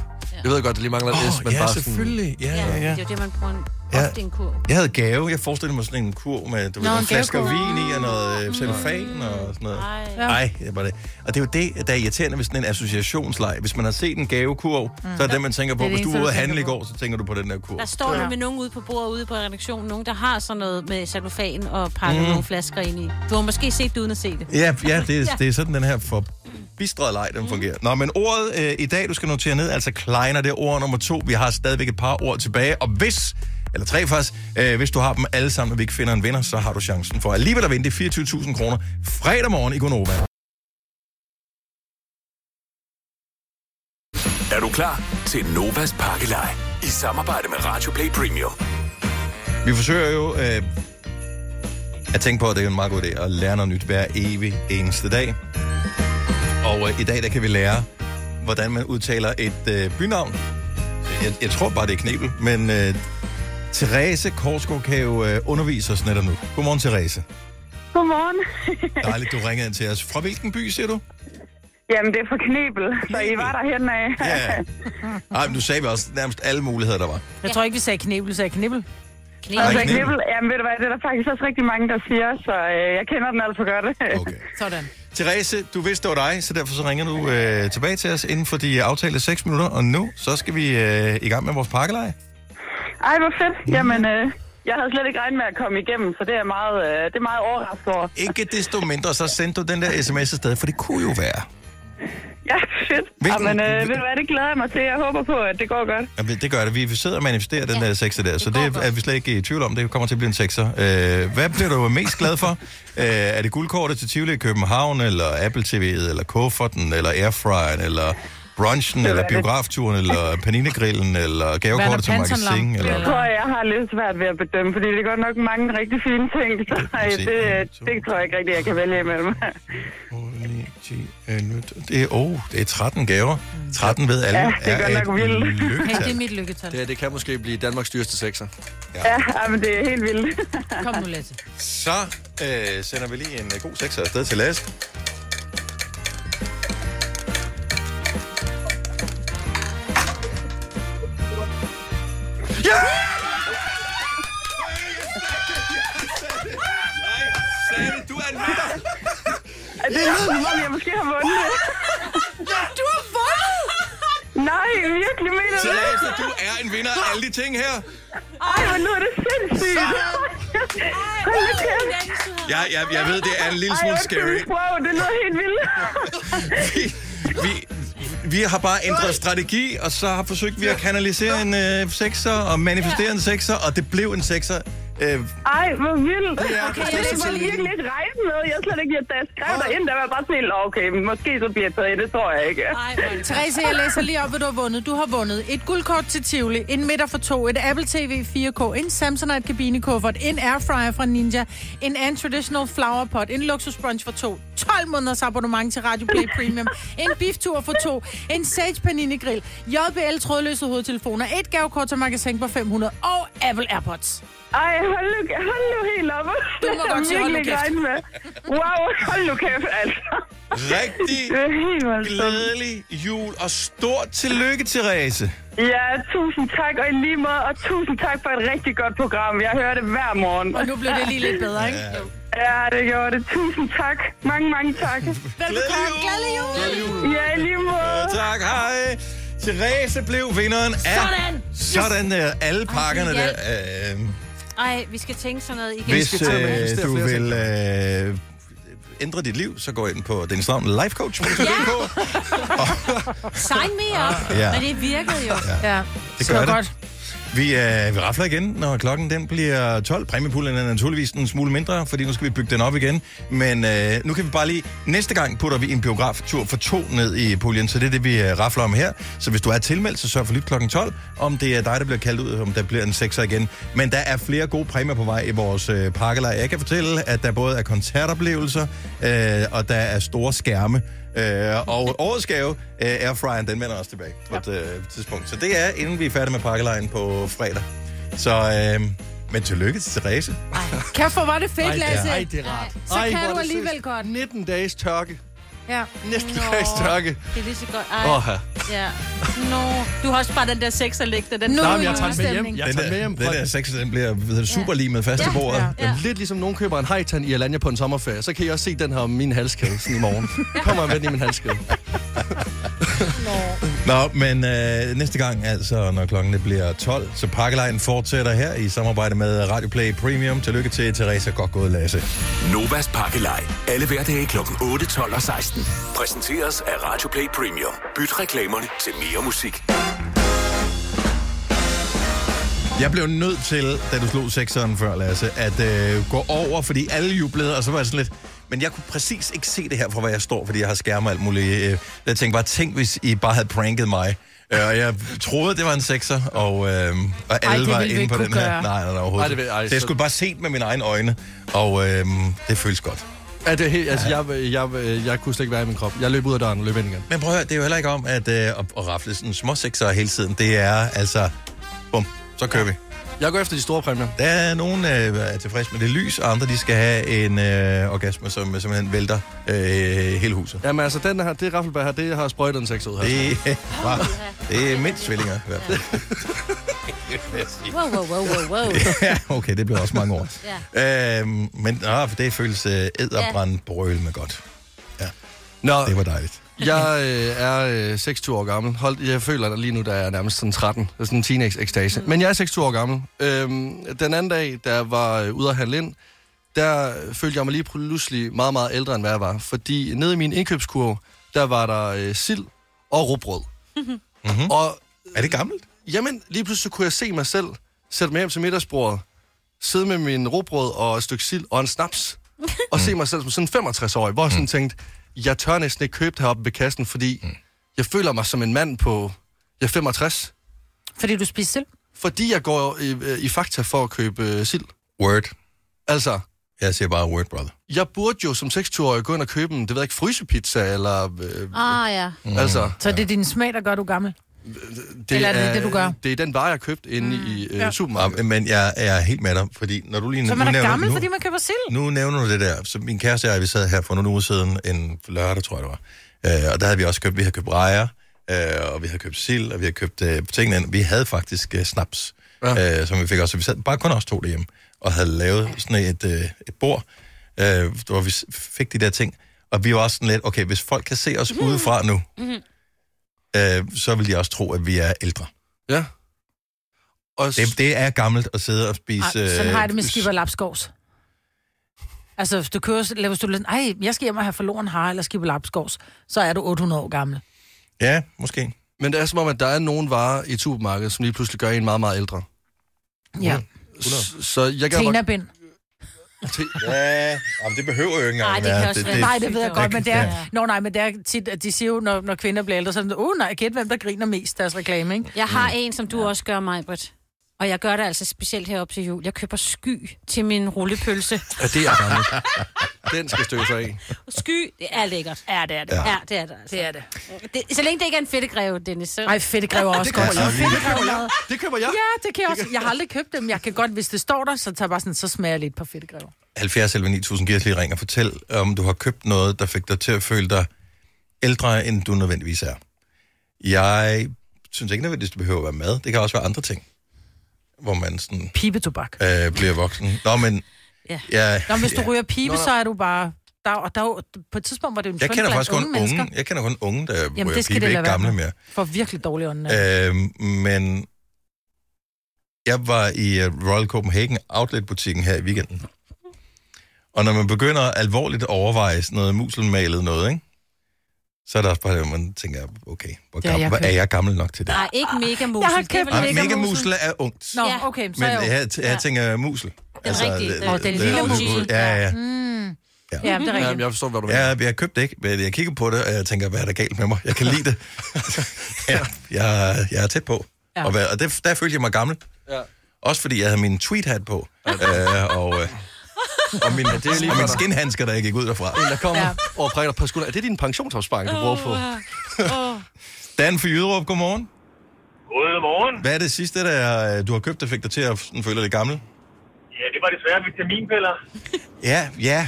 Jeg ved godt, det lige mangler et S, men
ja,
bare
selvfølgelig. Ja, ja,
Det
ja.
er jo det, man bruger en,
Ja.
ofte en kurv.
Jeg havde gave. Jeg forestillede mig sådan en kurv med du
Nå,
ved,
en
en flaske
gavekurv.
vin i og noget øh, cellofan og sådan noget.
Ja.
Nej, det var det. Og det er jo det, der er irriterende ved sådan en associationsleg. Hvis man har set en gavekurv, mm. så er det den, man tænker på.
Det er det
Hvis du
eneste,
var ude at
du
handle i
tænker
går, så tænker du på den der kurv.
Der står ja. med nogen ude på bordet ude på redaktionen, nogen der har sådan noget med salofan og pakket mm.
Mm.
nogle flasker ind i. Du har måske set det uden at se det.
Ja, ja,
[LAUGHS]
det, er, det er sådan, den her forbistrede leg,
Mm.
den fungerer. Nå, men ordet øh, i dag, du skal notere ned, altså kleiner, det er ord nummer to. Vi har stadigvæk et par ord tilbage, og hvis, eller tre faktisk, øh, hvis du har dem alle sammen, og vi ikke finder en vinder, så har du chancen for alligevel at vinde de 24.000 kroner fredag morgen i Gonova.
Er du klar til Novas pakkeleg? I samarbejde med Radio Play Premium.
Vi forsøger jo øh, at tænke på, at det er en meget god idé at lære noget nyt hver evig eneste dag. Og øh, i dag, der kan vi lære, hvordan man udtaler et øh, bynavn. Jeg, jeg tror bare, det er knebel, men øh, Therese Korsgaard kan jo øh, undervise os netop nu. Godmorgen, Therese.
Godmorgen.
Dejligt, du ringede ind til os. Fra hvilken by, siger du?
[LAUGHS] Jamen, det er fra Knebel, så I var der henne af.
Ja. Ej, men du sagde vel også nærmest alle muligheder, der var.
Jeg tror ikke, vi sagde knebel, vi sagde knibbel.
Knebel.
Altså,
Nej, Knebel.
Knebel, jamen ved du hvad, det er der faktisk også rigtig mange, der siger, så øh, jeg kender den alt for godt. Okay.
Sådan.
Therese, du vidste, det var dig, så derfor så ringer du øh, tilbage til os inden for de aftalte 6 minutter, og nu så skal vi øh, i gang med vores pakkeleje.
Ej, hvor fedt. Jamen, øh, jeg havde slet ikke regnet med at komme igennem, så det er jeg meget, øh, det er meget overrasket over.
Ikke desto mindre, så sendte du den der sms afsted, for det kunne jo være.
Ja, fedt.
Hvilken-
Jamen, øh, ved du hvad, det glæder jeg mig til. Jeg håber på, at det går godt.
Jamen, det gør det. Vi sidder og manifesterer den der sekser der, så det er vi slet ikke i tvivl om. Det kommer til at blive en sekser. Øh, hvad bliver du mest glad [LAUGHS] for? øh, er det guldkortet til Tivoli i København, eller Apple TV'et, eller kufferten, eller airfryeren, eller brunchen, eller biografturen, eller paninegrillen, eller gavekortet til magasin,
Jeg
eller...
tror, jeg har lidt svært ved at bedømme, fordi det er godt nok mange rigtig fine ting. Så øh, det, det tror jeg ikke rigtig, jeg kan vælge imellem.
10, 11, Det er, oh, det er 13 gaver. 13 ved alle
Mm. Ja, det er godt
et
nok vildt.
lykketal.
mit lykketal.
Det, her, det kan måske blive Danmarks dyreste sekser.
Ja, ja men det er helt vildt.
Kom nu, Lasse.
Så øh, sender vi lige en øh, god sekser afsted til Lasse.
Ja!
Du er en vinder!
Ej, Det lyder som om, jeg måske har vundet det.
Du har vundet!
Nej, virkelig mener du det?
Therese, du er en vinder af alle de ting her.
Ej, hvor lyder det sindssygt. Hold da kæft.
Jeg, jeg, jeg ved, det er en lille
Ej,
smule
undskyld.
scary.
Wow, det lyder helt [LAUGHS] vildt.
Vi, vi har bare ændret strategi, og så har forsøgt vi at kanalisere en øh, sekser og manifestere en sekser, og det blev en sekser. Øh,
Ej, hvor vildt.
Ja, okay,
det
jeg
var
synes, jeg-
virkelig ikke regnet med. Jeg slet ikke, da jeg skrev dig ind, der var jeg bare sådan helt, okay, men måske så bliver jeg taget i, det tror jeg ikke.
Therese, jeg læser lige op, hvad du har vundet. Du har vundet et guldkort til Tivoli, en midter for to, et Apple TV 4K, en Samsonite kabinekuffert, en airfryer fra Ninja, en An-Traditional Flower Pot, en luksusbrunch for to, 12 måneders abonnement til Radio Play Premium, en biftur for to, en Sage Panini Grill, JBL trådløse hovedtelefoner, et gavekort til magasin på 500 og Apple AirPods.
Ej, hold nu, hold nu helt op.
Du må
Det har
godt
jeg
sige, hold nu
virkelig ikke
kæft.
regnet med. Wow, hold nu kæft, altså.
Rigtig
Det er helt voldsomt.
glædelig jul, og stort tillykke, Therese.
Ja, tusind tak, og i lige måde, og tusind tak for et rigtig godt program. Jeg hører det hver morgen.
Og nu blev det lige lidt bedre, ikke?
Ja, det gjorde det. Tusind tak. Mange, mange tak. Velbekomme. [LAUGHS] Glædelig jul. Ja, i lige måde.
Ja, tak, hej. Therese blev vinderen af
Sådan.
sådan der, alle pakkerne
det
der.
hjalp.
Øh,
Ej, vi skal tænke sådan noget igen.
hvis
Skal tænke
øh,
sådan
du
noget.
vil øh, ændre dit liv, så gå ind på den Ravn lifecoach.dk.
Sign me up.
Ja.
Men det virkede jo.
Ja.
Det gør det. Godt. Vi, øh, vi rafler igen, når klokken den bliver 12. Præmiepullen er naturligvis en smule mindre, fordi nu skal vi bygge den op igen. Men øh, nu kan vi bare lige... Næste gang putter vi en biograftur for to ned i puljen, så det er det, vi øh, rafler om her. Så hvis du er tilmeldt, så sørg for lidt klokken 12, om det er dig, der bliver kaldt ud, om der bliver en sekser igen. Men der er flere gode præmier på vej i vores øh, pakkelej. Jeg kan fortælle, at der både er koncertoplevelser, øh, og der er store skærme. Øh, og årets gave, øh, Airfryeren, den vender også tilbage på et øh, tidspunkt. Så det er, inden vi er færdige med pakkelejen på fredag. Så, øh, men tillykke til Therese.
Kæft, hvor var det
Ej,
fedt,
det er-
Lasse.
ej, det er rart.
Så
Ej, hvor
kan
er
du
det
alligevel godt.
19 dages tørke.
Ja.
Næsten
Nå.
dages tørke.
Det er lige så godt. Ej.
Åh, ja.
ja. Nå. Du har også bare den der sekserlægte. Den
Nu
er
Nej, men
i
jeg tager den med hjem.
julestemning.
Jeg
Den
tager den med
der,
hjem.
den der sex, den bliver hvad hedder det, superlimet fast til bordet.
Ja. Jamen, Lidt ligesom nogen køber en hejtan i Alanya på en sommerferie, så kan I også se den her om min halskæde sådan i morgen. Kommer jeg med den i min halskæde.
Nå, men øh, næste gang, altså når klokken det bliver 12, så pakkelejen fortsætter her i samarbejde med Radio Play Premium. Tillykke til Therese. Godt gået, Lasse.
Novas pakkelej. Alle hverdage kl. 8, 12 og 16. Præsenteres af Radio Play Premium. Byt reklamerne til mere musik.
Jeg blev nødt til, da du slog sekseren før, Lasse, at øh, gå over, fordi alle jublede, og så var jeg sådan lidt... Men jeg kunne præcis ikke se det her fra, hvor jeg står, fordi jeg har skærme og alt muligt. Øh, Jeg tænkte bare, tænk hvis I bare havde pranket mig. Øh, Og jeg troede, det var en sekser, og, øh, og
Ej,
alle
det
Ej, var
ville vi
inde på
ikke
den
kunne
her.
gøre.
Nej, nej, nej,
Ej,
overhovedet.
det vil- ej,
så jeg
så-
skulle bare se den med mine egne øjne, og øh, det føles godt.
Ja, det er helt, altså, jeg, jeg, jeg, jeg kunne slet ikke være i min krop. Jeg løb ud af døren og løb ind igen.
Men prøv at høre, det er jo heller ikke om at, øh, at, at rafle sådan små sekser hele tiden. Det er altså, bum, så kører vi. Jeg går efter de store præmier. Der er nogen, øh, er tilfredse med det lys, og andre de skal have en øh, orgasme, som simpelthen vælter øh, hele [LAUGHS] huset.
Jamen altså, den her, det raffelbær her, det har sprøjtet en seks ud her.
Det, var, [LAUGHS] det er mindst tvillinger, i hvert fald.
Wow, wow, wow, wow, wow.
ja, okay, det blev også mange år.
Ja.
ja. øhm, men åh, for det føles øh, edderbrand brøl med godt. Ja.
Nå,
det var dejligt.
Jeg øh, er øh, 26 år gammel. Hold, jeg føler at lige nu, der er jeg nærmest sådan 13. Det er sådan en teenage-ekstase. Men jeg er 26 år gammel. Øhm, den anden dag, da jeg var øh, ude at handle ind, der følte jeg mig lige pludselig meget, meget ældre, end hvad jeg var. Fordi nede i min indkøbskurve, der var der øh, sild og råbrød. Mm-hmm. Og,
er det gammelt?
Jamen, lige pludselig så kunne jeg se mig selv sætte mig hjem til middagsbordet, sidde med min råbrød og et stykke sild og en
[LAUGHS]
snaps, og se mig selv som sådan 65-årig, hvor jeg
Mm.
sådan tænkte, jeg tør næsten ikke købe det heroppe ved kassen, fordi jeg føler mig som en mand på, jeg er 65.
Fordi du spiser sild?
Fordi jeg går i, øh, i fakta for at købe øh, sild.
Word.
Altså,
Jeg siger bare word, brother.
jeg burde jo som 26-årig gå ind og købe en, det ved jeg ikke, frysepizza, eller... Øh,
Ah, ja.
Mm. Altså,
Så det er din smag, der gør, du er gammel?
det
Eller er det det, du gør?
Det er den vare, jeg købte inde mm. i øh,
Ja.
ja. supermarkedet.
Men jeg er helt med dig, fordi når du lige...
Så
nu
man er
nævner-
gammel,
nu,
fordi man køber sild?
Nu nævner du det der. Så min kæreste og jeg, vi sad her for nogle uger siden, en lørdag, tror jeg det var. Øh, og der havde vi også købt, vi havde købt rejer, øh, og vi havde købt sild, og vi havde købt øh, tingene. ind. Vi havde faktisk øh, snaps, ja. øh, som vi fik også. Så vi sad bare kun os to derhjemme, og havde lavet sådan et, øh, et bord, øh, hvor vi s- fik de der ting. Og vi var også sådan lidt, okay, hvis folk kan se
Mhm.
os udefra nu,
[LAUGHS]
Mm-hmm.
øh, så vil de også tro, at vi er ældre.
Ja. Og
det, det er gammelt at sidde og spise...
Ej, sådan
øh,
har jeg det med skipper lapskovs. Altså, hvis du kører, eller hvis du lader, ej, jeg skal hjem og have forloren har, eller skipper lapskovs, så er du 800 år gammel.
Ja, måske.
Men det er som om, at der er nogle varer i supermarkedet, som lige pludselig gør en meget, meget ældre.
Ja.
Så, så jeg kan godt...
Tenabind.
Ja, jamen, det behøver jo ikke engang
Nej, det kan
være.
også være. Nej, det ved jeg godt, men det er,
Ja.
nå, nej, men det er tit, at de siger jo, når, når kvinder bliver ældre, så er det, åh oh, nej, gæt hvem, der griner mest deres reklame, ikke? Mm.
Jeg har en, som du også gør mig, Britt. Og jeg gør det altså specielt herop til jul. Jeg køber sky til min rullepølse.
Ja, det er gammelt.
[LAUGHS]
Den skal støve sig af.
Sky, det er lækkert. Ja, det er det.
Ja.
Ja, det er det. Altså. Det er det. det. Så længe det ikke er en fedtegreve, Dennis. Så...
Ej, fedtegreve er også
Det
godt.
kan jeg
Ja, fedtegreve er
lavet. Det køber jeg.
Ja, det kan jeg også. Jeg har aldrig købt dem. Jeg kan godt, hvis det står der, så tager jeg bare sådan, så smager jeg lidt på fedtegreve.
70 eller 9000 giver os lige ring og fortæl, om du har købt noget, der fik dig til at føle dig ældre, end du nødvendigvis er. Jeg synes ikke nødvendigvis, det behøver at være mad. Det kan også være andre ting, hvor man sådan,
Pibetobak.
øh, bliver voksen. Nå, men...
Ja.
Ja,
Nå, men hvis du
ja.
ryger pibe,
Nå, nå.
så er du bare... Der, og der, er jo- på et tidspunkt var det jo en
Jeg
trend
kender
blandt
faktisk kun unge,
mennesker.
unge. Jeg kender kun unge, der
Jamen,
ryger
det skal
pibe,
det
ikke
lade være
gamle
med.
mere.
For virkelig dårlige ånden.
Øh, men jeg var i øh, Royal Copenhagen Outlet-butikken her i weekenden. Og når man begynder alvorligt at overveje sådan noget muselmalet noget, ikke? så er der også bare, at man tænker, okay, hvor
Det har
gammel,
jeg
er, er
købt.
jeg gammel nok til det?
Nej, ikke mega musel. Jeg har købt
Nej, megamusel er ungt.
Nå, okay, så
Men
er jeg jo-
jeg, jeg, jeg tænker musel. Altså, Den
rigtige, den- Åh, den lille musel.
Ja, ja.
Mm. Ja, men det er rigtigt.
jeg forstår, hvad du
mener. Ja, jeg købte det ikke, men jeg kigger på det, og jeg tænker, hvad er der galt med mig? Jeg kan lide
[LAUGHS]
det. ja, jeg, jeg er tæt på.
Ja.
Ja. Og, hvad, og det, der følte jeg mig gammel.
Ja.
Også fordi jeg havde min tweet-hat på. øh, og, øh, og min,
det er lige for
og min
dig.
skinhandsker, der jeg gik ud derfra.
En, der kommer ja. og prikker dig på skulderen. Er det din pensionsopsparing, du bruger på?
[LAUGHS] Dan for Jyderup, godmorgen.
Godmorgen.
Hvad er det sidste, der, øh, du har købt, der fik dig til at sådan føle dig gammel?
Ja, det var desværre vitaminpiller.
Ja, ja.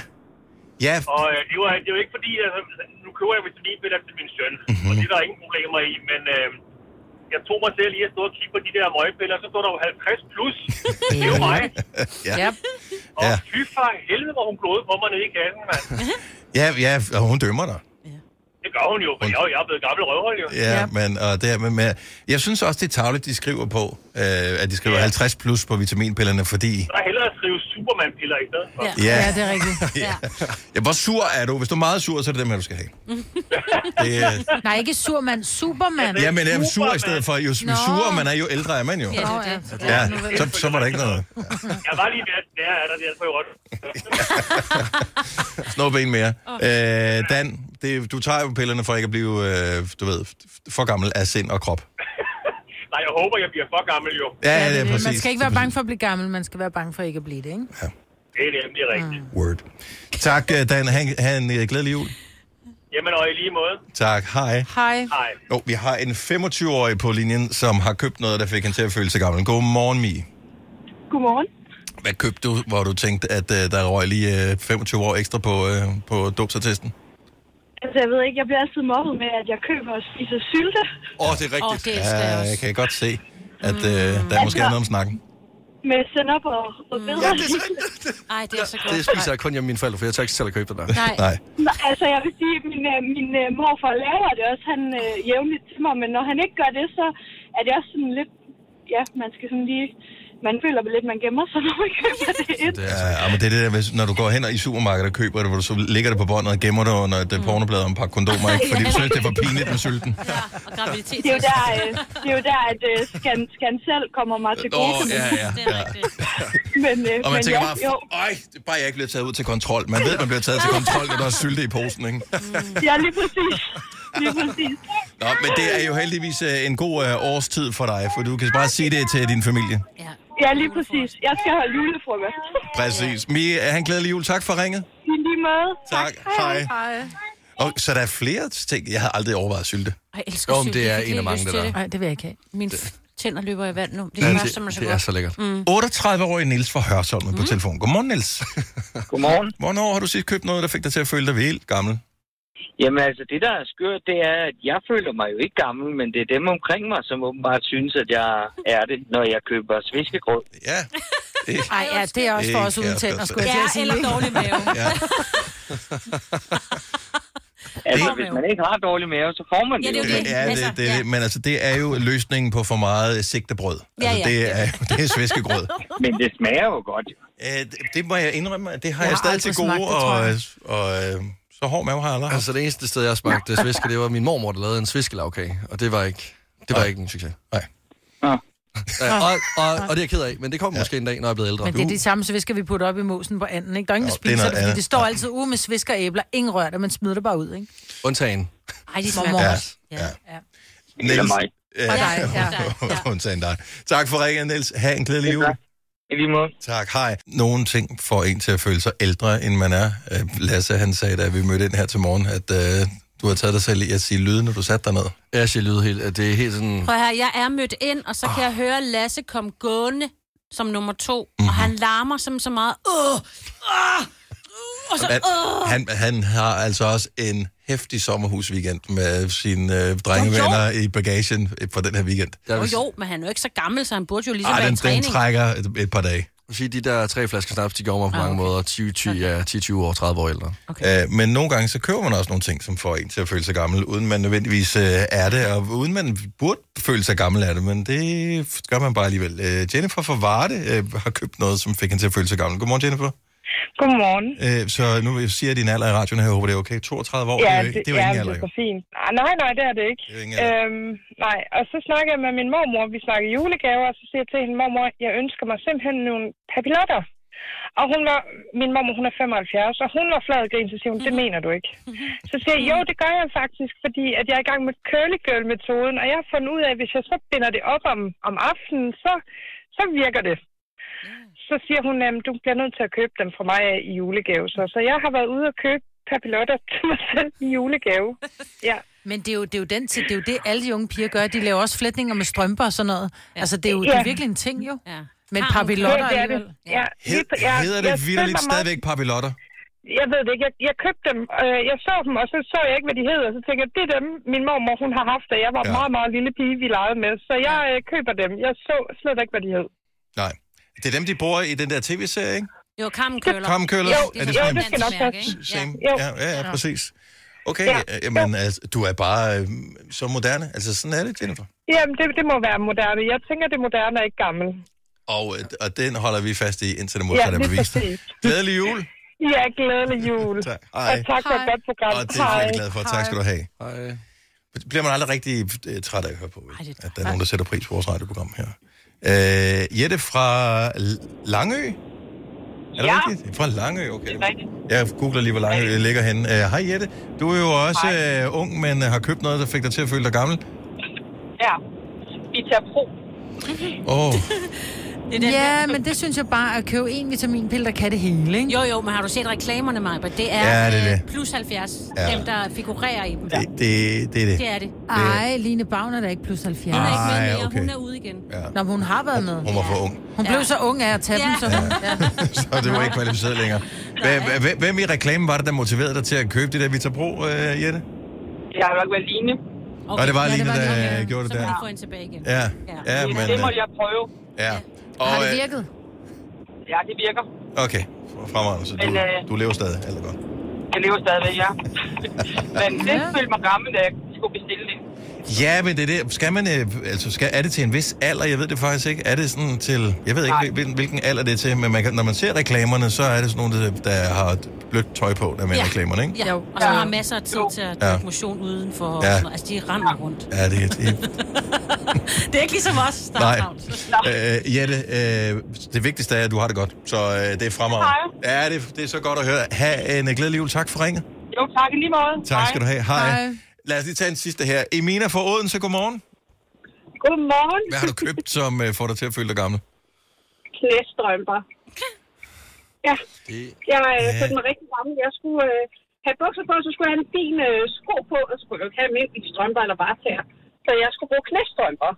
Ja,
Og øh, det, var, det var ikke fordi, altså, nu køber jeg vitaminpiller til min søn,
Mhm.
mm-hmm. og det er der ingen problemer i, men øh, jeg tog mig selv lige at stå og kigge på de der møgpiller, så stod der jo 50 plus. det er jo mig.
Ja.
Og
Ja.
fy for helvede, hvor hun glodede på mig nede i kassen, mand.
ja, ja, og hun dømmer dig.
Det gør hun jo, for jeg, er jo- jeg er blevet gammel røvhul jo.
Ja, men, og det, er- men, men jeg synes også, det er tavligt, de skriver på, øh, at de skriver 50 plus på vitaminpillerne, fordi...
[LAUGHS]
Så er hellere at skrive Superman-piller i stedet for.
Ja. [LAUGHS] Ja, det
er rigtigt.
ja.
Ja, hvor sur er du? Hvis du er meget sur, så er det dem her, du skal have. Det er,
Nej, ikke Surman, Superman.
ja, men er sur i stedet for. Jo
Nå.
surere man er, jo ældre er man jo.
Ja, det er det.
Ja, så, så var der ikke
[LAUGHS]
noget.
Jeg var lige der, der er der, der tror jeg
[LAUGHS]
godt.
Snå ben mere. Øh, Dan, det, du tager jo pillerne for ikke at blive, øh, du ved, for gammel af sind og krop.
Nej, jeg håber, jeg bliver for gammel jo.
Ja, ja, det er
Man
præcis.
skal ikke være bange for at blive gammel, man skal være bange for ikke at blive det, ikke?
Det er nemlig rigtigt.
Word. Tak, øh, Dan. Ha' en, ha en øh, glædelig jul.
Jamen, og i lige måde.
Tak. Hej.
Hej.
Hej.
Jo, vi har en 25-årig på linjen, som har købt noget, der fik hende til at føle sig gammel. Godmorgen, Mie.
Godmorgen.
Hvad købte du, hvor du tænkte, at øh, der røg lige øh, 25 år ekstra på, øh, på dopsatesten?
Altså, jeg ved ikke, jeg bliver altid mobbet med, at jeg køber og spiser sylte.
Åh, oh, det er rigtigt.
det elsker jeg
ja,
også. Mm.
jeg kan godt se, at øh, der måske er noget om snakken.
Med sennep og rødbeder.
Ja,
Mm. det er [LAUGHS]
Ej, det er så godt.
Det spiser jeg kun hjemme med mine forældre, for jeg tager ikke selv at købe det der.
Nej.
Nej.
Nå, altså, jeg vil sige, at min, øh, min øh, morfar laver det også han øh, jævnligt til mig, men når han ikke gør det, så er det også sådan lidt... Ja, man skal sådan lige... Man føler vel lidt, man gemmer sig, [LAUGHS] når man køber det ind.
Det er, ja, men det er det der, hvis, når du går hen og i supermarkedet og køber det, hvor du så ligger det på båndet og gemmer det under et mm. pornoblad og en pakke kondomer,
[LAUGHS]
ikke? fordi du synes, det er for pinligt med sylten.
Og graviditet.
Det er jo der, øh, det er jo der at øh, scan, scan selv kommer mig til gode.
Åh,
kan man
ja,
sige.
ja, ja.
Men, øh,
Og man
[LAUGHS] men
tænker
ja,
bare,
jo,
øj, det er bare jeg ikke bliver taget ud til kontrol. Man ved, man bliver
[LAUGHS]
taget til kontrol, når der er sylte i posen, ikke?
ja, lige præcis. Lige præcis.
Nå, men det er jo heldigvis øh, en god øh, årstid for dig, for du kan bare sige det til din familie.
Ja, lige præcis. Jeg skal holde julefrokost.
Præcis. Mie, øh, han glædelig jul. Tak for ringet.
I lige måde.
Tak. Hej.
Hej.
Og, så der er flere ting, jeg har aldrig overvejet sylte.
Jeg elsker
Jo, men
sylte.
det er
Jeg fik
en af
helt
mange,
lyst
det
til
der.
Nej, det vil jeg ikke have.
Mine f- tænder løber i vand nu. Det
Ja,
er
det-
første, man så
det
godt.
er så lækkert.
Mm.
38-årig Niels fra Hørsholm er på telefon. Godmorgen, Niels.
Godmorgen.
Hvornår har du sidst købt noget, der fik dig til at føle dig helt gammel?
Jamen altså, det der er skørt, det er, at jeg føler mig jo ikke gammel, men det er dem omkring mig, som åbenbart synes, at jeg er det, når jeg køber sviskegrød.
Ja.
Ej, ja, det er også for
Ikke
os uden
jeg
tænder,
skal
skulle jeg til
Ja,
at sige.
eller
ikke?
dårlig mave.
Ja.
Altså, hvis man ikke har dårlig mave, så får man
Ja, det er jo det.
Ja, det, det, det, men altså, det er jo løsningen på for meget sigtebrød.
Ja,
Altså,
ja.
det er, jo- det er sviskegrød.
[LAUGHS]
Men det smager jo godt.
det, det må jeg indrømme, at det har
Jeg
jeg,
har
jeg stadig
aldrig
til
smagt
gode,
det,
og,
tror jeg.
og, øh, så hård mave har jeg aldrig haft.
Altså det eneste sted, jeg smagte sviske, det var min mormor, der lavede en sviskelavkage, og det var ikke, det var ikke en succes.
Nej.
Ja, og, og, og det er jeg ked af, men det kommer måske en dag, når jeg er blevet ældre.
Men det er de samme svisker, vi putter op i mosen på anden, ikke? Der er ingen, der
det er
spiser
noget
det, fordi
andet.
det står altid ude med svisker og æbler. Ingen rører det, man smider det bare ud, ikke?
Undtagen.
Ej, de
smager
smager
godt.
godt. Ja. ja.
Niels,
mig.
Ja,
Og
[LAUGHS]
dig, ja.
Undtagen dig. Tak for ringen, Niels. Ha' en glædelig jul.
I lige måde.
Tak, hej. Nogle ting får en til at føle sig ældre, end man er. Øh, Lasse, han sagde, da vi mødte ind her til morgen, at øh, du har taget dig selv i at sige lyde, når du satte dig ned.
Ja, jeg siger lyde helt, at det er helt sådan...
Prøv her, jeg er mødt ind, og så kan jeg høre Lasse komme gående som nummer to,
Mhm.
og han larmer som så meget. Åh, åh, og så,
Men
åh.
han, han har altså også en hæftig sommerhusweekend med sine øh, drengevenner i bagagen øh, på den her weekend.
Jo, jo, men han er jo ikke så gammel, så han burde jo ligesom
Ej,
være i
den-
Den
træning.
trækker et, et par dage.
Jeg vil sige, de der tre flasker snaps, de går mig på
Ah.
mange måder 10, 20, ja, 10, 20 år, 30 år ældre.
Okay. Øh, men nogle gange, så køber man også nogle ting, som får en til at føle sig gammel, uden man nødvendigvis øh, er det, og uden man burde føle sig gammel af det, men det gør man bare alligevel. Øh, Jennifer fra Varde øh, har købt noget, som fik hende til at føle sig gammel. Godmorgen, Jennifer.
Godmorgen.
Øh, så nu siger jeg din alder i radioen her, jeg håber det er okay. 32 år, det, er jo- det er jo
ja,
ingen alder.
det
jo.
er så fint. Ah, nej, nej, det er det ikke.
Det er jo ingen
øhm, nej, og så snakker jeg med min mormor, vi snakker julegaver, og så siger jeg til hende, mormor, jeg ønsker mig simpelthen nogle papillotter. Og hun var, min mormor, hun er 75, og hun var flad i grin, så siger hun, det mener du ikke. Så siger jeg, jo, det gør jeg faktisk, fordi at jeg er i gang med curly girl metoden, og jeg har fundet ud af, at hvis jeg så binder det op om, om aftenen, så, så virker det. Så siger hun, at du bliver nødt til at købe dem fra mig af i julegave. Så, så jeg har været ude og købe papillotter til mig selv i julegave. Ja.
Men det er, jo, det er jo den tid, det er jo det, alle de unge piger gør. De laver også flætninger med strømper og sådan noget. Altså, det er jo det
Ja.
er virkelig en ting, jo.
Ja.
Men
Har hun-
papillotter
Ja, det er det.
alligevel.
Ja.
Hed, hedder det vidderligt stadigvæk papillotter?
Jeg ved det ikke. Jeg, jeg købte dem. Øh, jeg så dem, og så så jeg ikke, hvad de hed. Og så tænkte jeg, det er dem, min mormor hun har haft, da jeg var ja. meget, meget lille pige, vi legede med. Så jeg øh, køber dem. Jeg så slet ikke, hvad de hed.
Nej. Det er dem, de bruger i den der tv-serie, ikke?
Jo, kammenkøller.
Kammenkøller.
Jo,
Er det
jo,
sådan en-
det skal nok passe.
Same. Ja, ja, ja, præcis. Okay, ja. jamen, altså, du er bare øh, så moderne. Altså, sådan er det, Jennifer.
Jamen, det, det må være moderne. Jeg tænker, det moderne er ikke gammel.
Og, øh, og den holder vi fast i, indtil det modsatte
lige
er bevist.
præcis.
Glædelig jul.
Ja, glædelig jul.
[LAUGHS] tak.
Og tak for et godt program.
Og det er jeg
Hej.
virkelig glad for. Tak skal du have. Hej. Bliver man aldrig rigtig øh, træt af at høre på, vel? at der er nogen, der sætter pris på vores radioprogram her. Øh, Jette fra L- Langø? Er det
Ja.
rigtigt? Fra Langø, okay.
Det er rigtigt.
Jeg googler lige, hvor Langø ligger henne. Øh, Hej Jette, du er jo også øh, ung, men øh, har købt noget, der fik dig til at føle dig gammel. [LAUGHS]
Ja. Vi tager pro.
Åh,
er
oh,
den
Ja, men det synes jeg bare, at købe en vitaminpille, der kan det hele, ikke?
Jo, jo, men har du set reklamerne, Maja? Det er,
Ja, det er
øh,
det.
plus 70,
Ja.
ja. dem der figurerer i dem.
Det, det, det er det.
Det er det.
Ej, Line Bavner er da ikke plus 70.
Hun er ikke med Ej, mere. okay. Hun er
ude igen.
Ja.
Nå, men hun har været med.
Hun var for ung,
Hun blev så ung af at tage dem, så hun... Ja.
[LAUGHS] så det var ikke kvalificeret længere. Hvem- hvem- Hvem i reklamen var det, der motiverede dig til at købe det der Vitapro, øh, Jette?
Jeg har nok været Line.
Okay. Nå, det var Ja, det Line, var der Line, ja. gjorde det
så
der.
Så
vi
få
hende tilbage igen.
Ja. Ja,
men,
men,
det
øh,
måtte jeg prøve.
Ja.
Har det
øh,
virket? Ja, det virker.
Okay, fremragende. Så
Men, øh,
du, du lever stadig, alt er godt.
Jeg lever stadigvæk,
[LAUGHS]
ja. men det følte mig gammel, da jeg skulle bestille det.
Ja, men det er det. Skal man, øh, altså, skal, er det til en vis alder? Jeg ved det faktisk ikke. Er det sådan til, jeg ved ikke, hvilken, hvilken alder det er til, men man kan, når man ser reklamerne, så er det sådan nogle, der, der har blødt tøj på, der er med ja. reklamerne, ikke?
Ja, og så har masser af tid til at
Ja.
dyrke motion udenfor. og
Ja.
sådan noget. Altså, de render rundt.
Ja, det er det.
Det er ikke ligesom os, der
Nej.
har travlt.
Øh, Jette, øh, det vigtigste er, at du har det godt, så øh, det er fremragende. Ja, det, det er så godt at høre. Ha' en øh, glædelig jul. Tak for ringet.
Jo, tak i lige måde.
Tak skal du have. Hej.
Hej.
Lad os lige tage en sidste her. Emina fra Odense, godmorgen.
Godmorgen.
Hvad har du
[LAUGHS]
købt, som øh, får dig til at føle dig gammel?
Knæstrømper. Ja. Jeg øh,
Ja.
følte mig rigtig gammel. Jeg skulle øh, have bukser på, så skulle jeg have en fin øh, sko på, og så skulle jeg jo ikke have almindelige strømper eller bare tæer. Så jeg skulle bruge knæstrømper.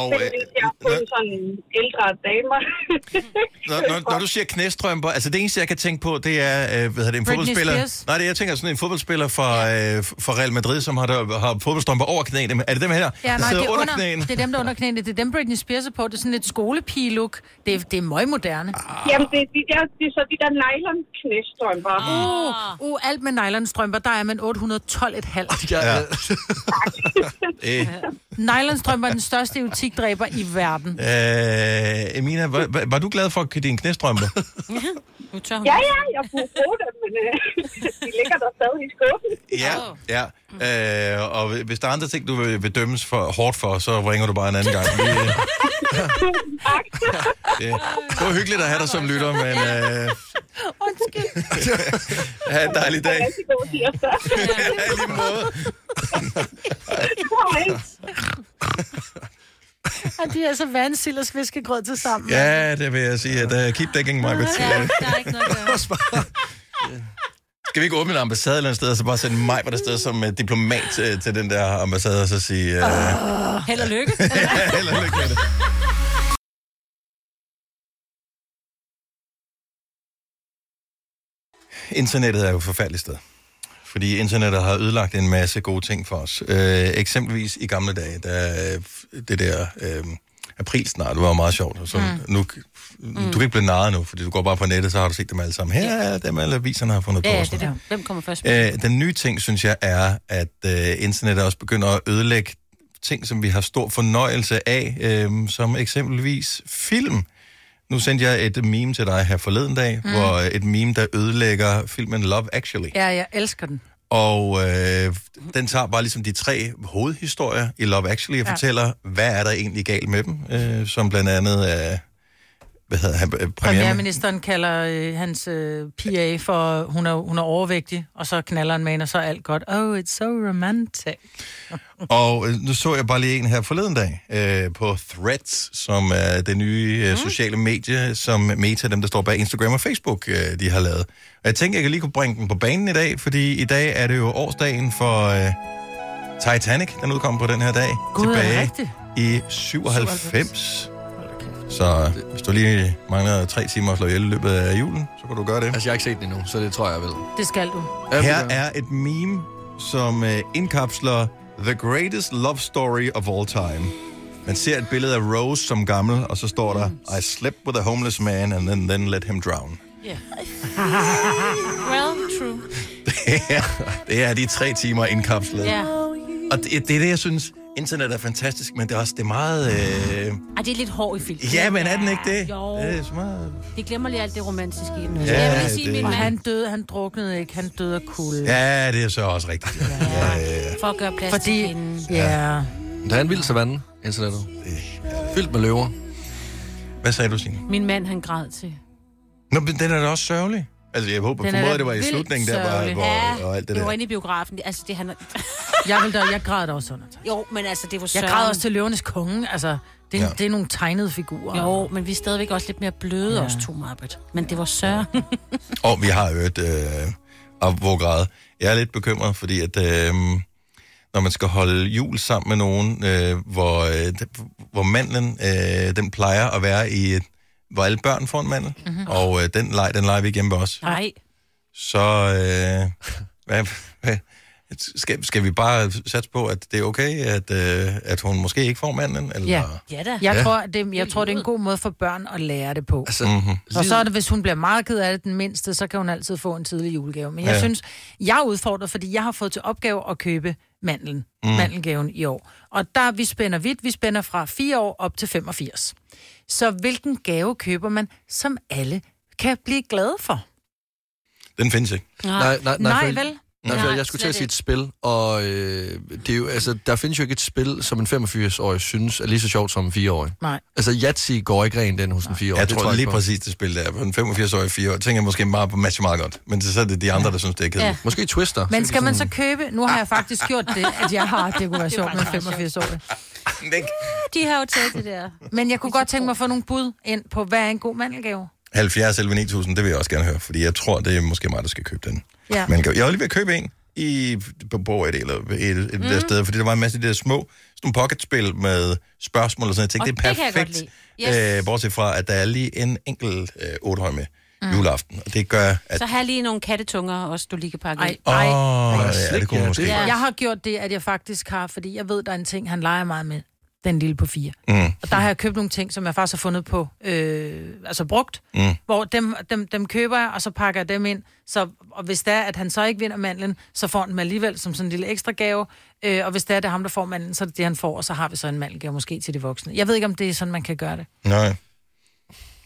Og,
øh, jeg har fundet sådan ældre damer.
Når, når, når du siger knæstrømper, altså det eneste, jeg kan tænke på, det er, øh, hvad hedder det, en
Britney
fodboldspiller.
Spears.
Nej, det jeg tænker sådan en fodboldspiller fra, øh, fra Real Madrid, som har, der, har fodboldstrømper over knæene. Er det dem her,
Ja,
der
nej, det
sidder
er,
under
under,
knæene?
det er dem, der er under knæene. Det er dem, Britney Spears er på. Det er sådan lidt skolepige-look. Det er, det er møgmoderne.
Ah.
Jamen, det er, de der, det er så de der nylon knæstrømper.
Uh, uh, alt med nylonstrømper, der er man 812,5.
Ja. ja.
Nylonstrømper er den største erotikdræber i verden.
Øh, øh, Emina, var, var, var du glad for dine knæstrømper?
Nu tør hun.
Ja, ja, jeg kunne bruge dem, men øh, de ligger der stadig i skuffen.
ja.
[LAUGHS]
ja. Øh, og hvis der er andre ting, du vil, vil dømmes for, hårdt for, så ringer du bare en anden gang. Vi, øh, det, det var hyggeligt at have dig som lytter, men øh, [LAUGHS]
Undskyld.
have en dejlig dag.
Rigtig god tirsdag.
Ja, i lige måde.
[LAUGHS] Og de er så vandsild og sviskegrød til sammen.
Ja, det vil jeg sige. At, uh, keep digging, Michael.
Ja, der er ikke noget at
[LAUGHS]
gøre.
Skal vi ikke åbne en ambassade et eller andet sted, og så bare sende mig på det sted som uh, diplomat uh, til den der ambassade, og så sige... Uh,
Held og
[LAUGHS]
lykke.
Held og lykke med det. Internettet er jo et forfærdeligt sted. Fordi internettet har ødelagt en masse gode ting for os. Øh, eksempelvis i gamle dage, da øh, det der øh, april snart var meget sjovt. og Så mm. nu, du
Mm.
kan ikke blive narret nu, fordi du går bare på nettet, så har du set dem alle sammen. Her er dem alle aviserne har fundet
Ja,
på.
ja,
og
det er
sådan noget.
der. Hvem kommer først?
Øh, den nye ting, synes jeg, er, at øh, internettet også begynder at ødelægge ting, som vi har stor fornøjelse af, øh, som eksempelvis film. Nu sendte jeg et meme til dig her forleden dag, mm. hvor et meme, der ødelægger filmen Love Actually.
Mhm. Ja, jeg elsker den.
Og øh, den tager bare ligesom de tre hovedhistorier i Love Actually og
Ja.
ja. fortæller, hvad er der egentlig galt med dem, øh, som blandt andet er... Øh, hvad hedder han? Øh, Premierminister.
Premierministeren kalder øh, hans øh, PA for, hun er, hun er overvægtig, og så knaller han med hende, og så er alt godt. Oh, it's so romantic. [LAUGHS]
Og øh, nu så jeg bare lige en her forleden dag øh, på Threads, som er det nye
Mm.
øh, sociale medie, som Meta, dem der står bag Instagram og Facebook, øh, de har lavet. Og jeg tænker, jeg kan lige kunne bringe den på banen i dag, fordi i dag er det jo årsdagen for øh, Titanic, den udkom på den her dag,
Gud, er det
tilbage
rigtigt?
i 97. Så øh, hvis du lige mangler tre timer at slå ihjel i løbet af julen, så kan du gøre det. Altså, jeg har ikke set den endnu, så det tror jeg vel.
Det skal du.
Her er et meme, som øh, indkapsler The Greatest Love Story of All Time. Man ser et billede af Rose som gammel, og så står
Mm.
der, I slept with a homeless man, and then, then let him drown. [LAUGHS]
Ja. [LAUGHS] Well, true.
Det er, det er de tre timer indkapslet.
Ja.
Og det, det er det, jeg synes, internet er fantastisk, men det er også det er meget... Øh...
Ej, det er lidt hård i filmen.
Ja, men er den ikke det?
Jo.
Det er så meget...
Det glemmer lige alt det romantiske i den.
Ja,
jeg vil lige sige,
det-
min
Og han
mand,
døde, han druknede ikke, han døde af kulde.
Ja, det er så også rigtigt.
for at gøre plads
Fordi-
til hende.
Ja.
Der er en vild savanne, internettet. Fyldt med løver.
Hvad sagde du, Signe?
Min mand, han græd til.
Nå, men den er da også sørgelig. Altså, jeg håber
Den er
på måde,
da
det var i
vildt
slutningen, der var,
sørgelig.
hvor,
ja,
og alt det
vi var
der.
inde i biografen. Altså, det handler...
Jeg, vil da, jeg græd da også under.
Jo, men altså, det var
Jeg græd også til Løvernes Konge. Altså, det, ja. det er nogle tegnede figurer.
Jo, men vi er stadigvæk også lidt mere bløde, ja. os to, Marbet. Men det var sørg.
Og vi har jo et øh, op hvor grad. Jeg er lidt bekymret, fordi at, øh, når man skal holde jul sammen med nogen, øh, hvor, øh, d- hvor mandlen, øh, den plejer at være i, et, hvor alle børn får en mandel, mm-hmm. og øh, den leg, den leger vi ikke hjemme ved os.
Nej.
Så øh, hvad, hvad, skal, skal vi bare satse på, at det er okay, at, øh, at hun måske ikke får mandlen? Eller?
Ja.
ja da.
Jeg,
Ja.
Tror, det, jeg tror, det er en god måde for børn at lære det på.
Altså, mm-hmm.
Og så er det, hvis hun bliver meget ked af det, den mindste, så kan hun altid få en tidlig julegave. Men jeg
Ja.
ja. synes, jeg er udfordret, fordi jeg har fået til opgave at købe mandlen,
Mm.
Mhm.
mm. mandelgaven i år. Og der, vi spænder vidt, vi spænder fra 4 år op til 85. Så hvilken gave køber man, som alle kan blive glade for?
Den findes ikke.
Nej, nej, nej,
Nej,
for-
vel?
Nej, for
Nej,
jeg skulle til
slet
at sige et
ikke.
spil, og øh, det er jo, altså, der findes jo ikke et spil, som en 85-årig synes er lige så sjovt som en 4-årig.
Nej.
Altså, Yatzy går ikke rent den hos en 4-årig.
Jeg tror, tror lige
på.
præcis det spil der. En 85-årig, 4 år tænker jeg måske meget på matcher meget godt. Men så er det de andre, der synes, det er kedeligt.
Ja.
Måske Twister.
Men skal man så købe... Nu har jeg faktisk gjort det, at
[LAUGHS]
jeg har... Det kunne være sjovt med 85 år.
De har jo taget det der.
Men jeg kunne godt tænke mig at få nogle bud ind på, hvad er en god mandelgave?
70 11 9000, det vil jeg også gerne høre, fordi jeg tror, det er måske mig, der skal købe den.
Ja.
Men jeg var lige ved at købe en i, på Borg eller et, et mm. der sted, fordi der var en masse af de der små sådan nogle pocketspil med spørgsmål og sådan noget. Jeg
Og
tænkte,
det
det
kan
er
jeg godt
perfekt,
lide. Yes.
øh, bortset fra, at der er lige en enkelt øh, ottehøj med
Mm.
mm. juleaften, og det gør, at...
Så har jeg lige nogle kattetunger også, du lige kan pakke ind.
Åh, ja, det
slik,
kunne
ja,
måske...
det
Ja.
er-
Jeg har gjort det, at jeg faktisk har, fordi jeg ved, der er en ting, han leger meget med. Den lille på fire.
Mm.
Og der har jeg købt nogle ting, som jeg faktisk har fundet på, øh, altså brugt,
Mm.
hvor dem, dem, dem køber jeg, og så pakker jeg dem ind. Så, og hvis det er, at han så ikke vinder mandlen, så får han dem alligevel som sådan en lille ekstra gave. Øh, og hvis det er, det er ham, der får mandlen, så er det det, han får, og så har vi så en mandelgave måske til de voksne. Jeg ved ikke, om det er sådan, man kan gøre det.
Nej.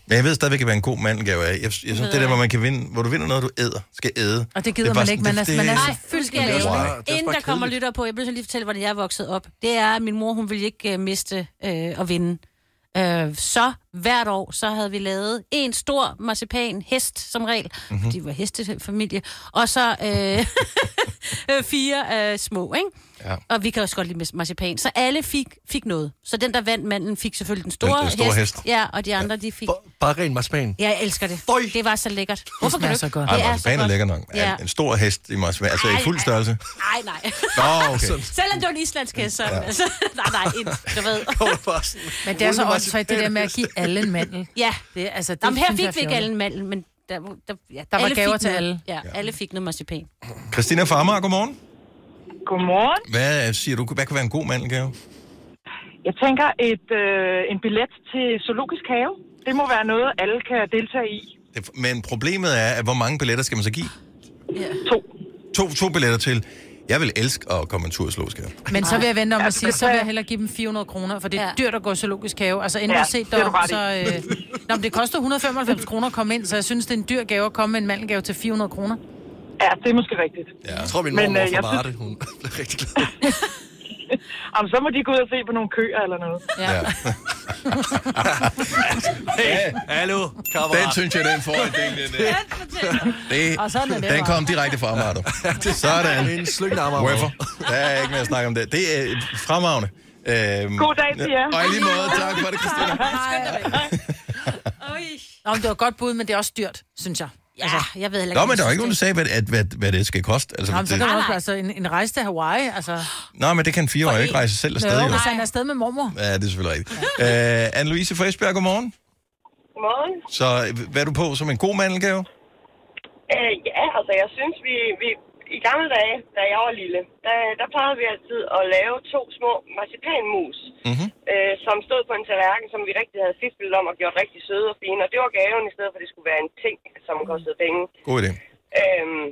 Men jeg ved stadigvæk, hvad en god mandelgave er. Jeg, jeg synes, det der, hvor man kan vinde, hvor du vinder noget, du æder, skal æde.
Og
er
det gider
bare
man ikke. Man er, man er så fyldt
det er også bare- det er
Inden
også bare
der kommer
kedeligt.
lytter på, jeg bliver så lige fortælle, hvordan jeg er vokset op. Det er, at min mor, hun ville ikke øh, miste øh, og vinde. Øh, så hvert år, så havde vi lavet en stor marcipan hest som regel, mm-hmm.
Mhm.
fordi vi var hestefamilie, og så øh, [LAUGHS] øh, fire øh, små, ikke?
Ja.
Og vi kan også godt lide mis- marcipan. Så alle fik, fik noget. Så den, der vandt manden, fik selvfølgelig den store,
Den- den store hest.
Ja, og de andre, de fik...
Bare ren marcipan.
Ja, jeg elsker det. Det var så lækkert. Hvorfor kan du
smager
ikke?
så godt.
Det
Ej,
er
marcipan er
godt.
lækker nok. Ja.
Ja.
En stor hest i marcipan, altså
Ej,
i fuld
ej.
størrelse.
Nej, nej. [LAUGHS]
Nå, okay.
Selvom det var en islandsk hest, [LAUGHS] så...
Ja.
Ja. Altså, nej, nej, en, du ved.
Men det er så åndssvagt, det der
[LAUGHS]
med at give alle en mandel.
Ja,
det, altså, det
Jamen, her
synes jeg
fik
er
vi ikke
fjollet.
alle en mandel, men der, der, ja,
Der var
alle fik
gaver til
noget.
alle.
Ja, alle fik noget marcipan.
Christina Farmer, godmorgen.
Godmorgen.
Hvad øh, siger du, hvad kunne være en god mandelgave?
Jeg tænker et, øh, en billet til Zoologisk Have. Det må være noget, alle kan deltage i.
Det- Men problemet er, at hvor mange billetter skal man så give? To. To, to billetter til. Jeg vil elske at komme en tur i Slåskade.
Men så vil jeg vente om
Ja,
at
du
sige,
kan
så vil
tage-
jeg hellere give dem 400 kroner, for det er
Ja.
dyrt at gå i zoologisk have. Altså inden
Ja,
ja, set
det er du
derom,
ret i.
så... Øh... Nå, men det koster 195 kroner at komme ind, så jeg synes, det er en dyr gave at komme med en mandelgave til 400 kroner.
Ja, det er måske rigtigt.
Ja.
Jeg tror, min
Men,
mor var
øh, jeg
fra Varde.
synes-
Hun [LAUGHS] blev rigtig glad.
[LAUGHS] Jamen, så må de gå ud og se på nogle køer eller noget.
[LAUGHS]
[LAUGHS]
Ja.
ja.
Hey, hallo, kammerat.
Den synes jeg, den får en del, den der. Det,
Og sådan er det
den
bare.
kom direkte fra mig, du. Sådan. En
slyngende armarm.
Waffer. Der er ikke mere at snakke om det. Det er et fremragende. Øhm,
God dag til jer.
Og i lige måde, tak for det,
[LAUGHS]
Christina.
Nå, men det var et godt bud, men det er også dyrt, synes jeg.
Ja, altså, jeg ved heller
Nå, men der er jo ikke nogen, der sagde, hvad, at, hvad, hvad det skal koste. Altså,
Nå, men så kan man også være
det,
altså, en, en rejse til Hawaii, altså...
nå, men det kan en fireårig jo ikke rejse selv afsted.
Jo,
Jo.
hvis han er afsted med mormor.
Ja, det er selvfølgelig rigtigt. Øh, Anne-Louise fra Esbjerg, godmorgen.
Godmorgen.
Så øh, hvad er du på som en god mandelgave?
Øh, ja, altså jeg synes, vi, vi i gamle dage, da jeg var lille, der, der plejede vi altid at lave to små marcipanmus,
Mm-hmm.
øh, som stod på en tallerken, som vi rigtig havde fiflet om og gjort rigtig søde og fine. Og det var gaven, i stedet for at det skulle være en ting, som kostede penge.
God idé.
Øhm,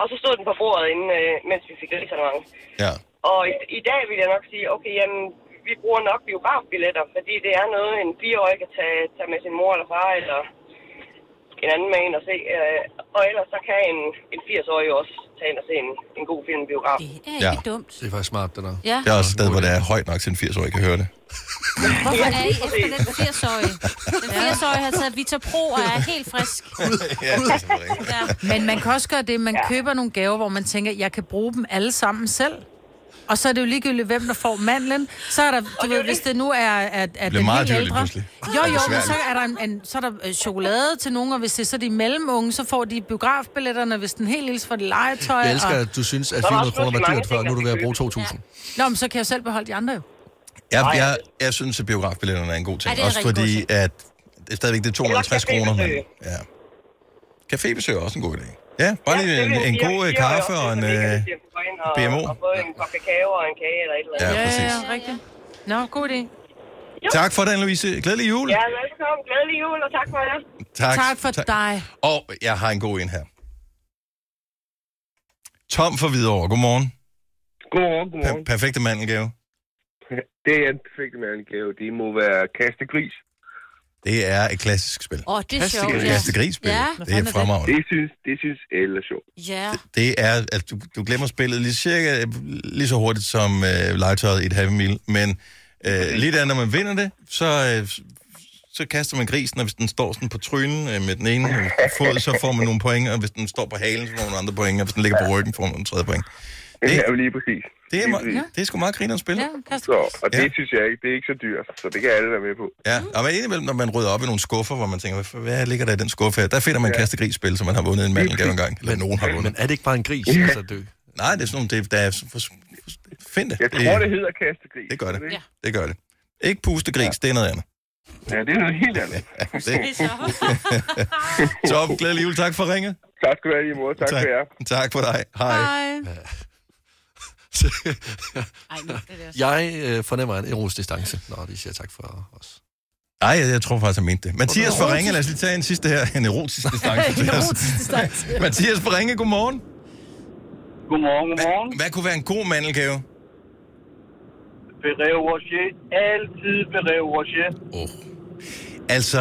og så stod den på bordet, inden, øh, mens vi fik risalemang.
Ja.
Og i, i dag vil jeg nok sige, okay, jamen, vi bruger nok biografbilletter, fordi det er noget, en fireårig kan tage, tage med sin mor eller far, eller en anden med en at se. Øh, og ellers så kan en, en 80-årig jo også tage ind og se en, en god film i biografen.
Det
Ja.
dumt.
Det er faktisk smart, det der.
Ja.
Det er også et sted, hvor det er højt nok til en 80-årig kan høre det.
Hvorfor er I efter den 80-årige? Den 80-årige har taget Vitapro og er helt frisk.
ja, det er selvfølgelig
rigtigt. Ja.
Men man kan også gøre det, man køber nogle gaver, hvor man tænker, jeg kan bruge dem alle sammen selv. Og så er det jo ligegyldigt, hvem der får mandlen. Så er der, du ved, hvis det nu er, er, er
bliver
den
meget
helt
dyrt lige
ældre.
pludselig.
Jo,
Det
jo,
er
men så
besværligt.
er der, en, en, så er der øh, chokolade til nogen, og hvis det er så de mellemunge, så får de biografbilletterne, hvis den helt lille, så får de legetøj.
Jeg elsker,
og...
at du synes, at
Der var
400
også
kroner var
pludselig
dyrt før. Nu er du ved at bruge 2.000.
Nå, men så kan jeg jo selv beholde de andre jo.
Jeg, jeg, jeg synes, at biografbilletterne er en god ting.
Ja, det
Ja,
er
også
rigtig
fordi,
god
at det er stadigvæk det er 250
Eller
kroner. Men,
cafébesøg.
ja. Cafébesøg er også en god idé. Ja, bare
Ja,
lige
det
en,
vil jeg
en
sige.
god øh,
Jeg siger jo
kaffe
også,
og en...
hvis man ikke
øh,
kan, så gå ind og-
BMO.
Og både en kop kakao og en kage eller et eller andet.
Ja, præcis.
Ja, rigtigt. Nå, god idé.
Tak for den, Louise. Glædelig jul.
Ja, velkommen. Glædelig jul, og tak for jer.
Tak.
tak for tak. dig.
Og jeg har en god en her. Tom fra Hvidovre, godmorgen.
Godmorgen, godmorgen.
Per- perfekte mandelgave.
[LAUGHS] Det er en perfekt mandgave. Det må være kastegris.
Det er et klassisk spil.
Åh, det er sjovt, ja.
Kastegrisspil.
Ja. Hvad
Det
fanden
er
er
fremragende.
Det synes, det synes alle er sjovt.
Ja.
Det er, at du, du glemmer spillet lige cirka øh, lige så hurtigt som øh, legetøjet i et Happy Meal, men øh, lige der, når man vinder det, så, øh, så kaster man grisen, og hvis den står sådan på trynen øh, med den ene fod, så får man nogle point, og hvis den står på halen, så får man nogle andre point, og hvis den ligger på ryggen, får man nogle tredje point.
Det er jo lige præcis.
Det er,
Lige
meget-
præcis.
det er sgu meget griner at spille.
Så, og det synes jeg ikke, det er ikke så dyrt, så det kan alle være med på.
Ja,
Mm.
og men indimellem, når man rydder op i nogle skuffer, hvor man tænker, "Hvad- hvad ligger der i den skuffe her? Der finder man ja. kastegrisspil, som man har vundet en mandelgave engang, eller nogen har vundet. Men
er det ikke bare en gris? Altså, det...
Nej, det er sådan nogle, det, der er, for, find det.
Jeg tror, det hedder kastegris.
Det gør det.
Ja.
Det gør det. Ikke pustegris, ja. det er noget andet.
Ja, det er noget helt
[LAUGHS]
andet.
Top, glædelig jul. Tak for ringet.
tak skal du have, i måde. Tak, tak. for jer.
Tak for dig. [LAUGHS] Hej.
Jeg øh, fornemmer en eros distance, når de siger tak for os.
Nej, jeg, jeg tror faktisk, jeg mente det. Mathias fra Ringe, lad os lige tage en sidste her. En
[LAUGHS]
erotisk distance. til os. Mathias fra Ringe, godmorgen.
Godmorgen, godmorgen.
Hvad, hvad kunne være en god mandelgave?
Bereo Rocher. Altid Bereo Rocher.
Oh. Altså,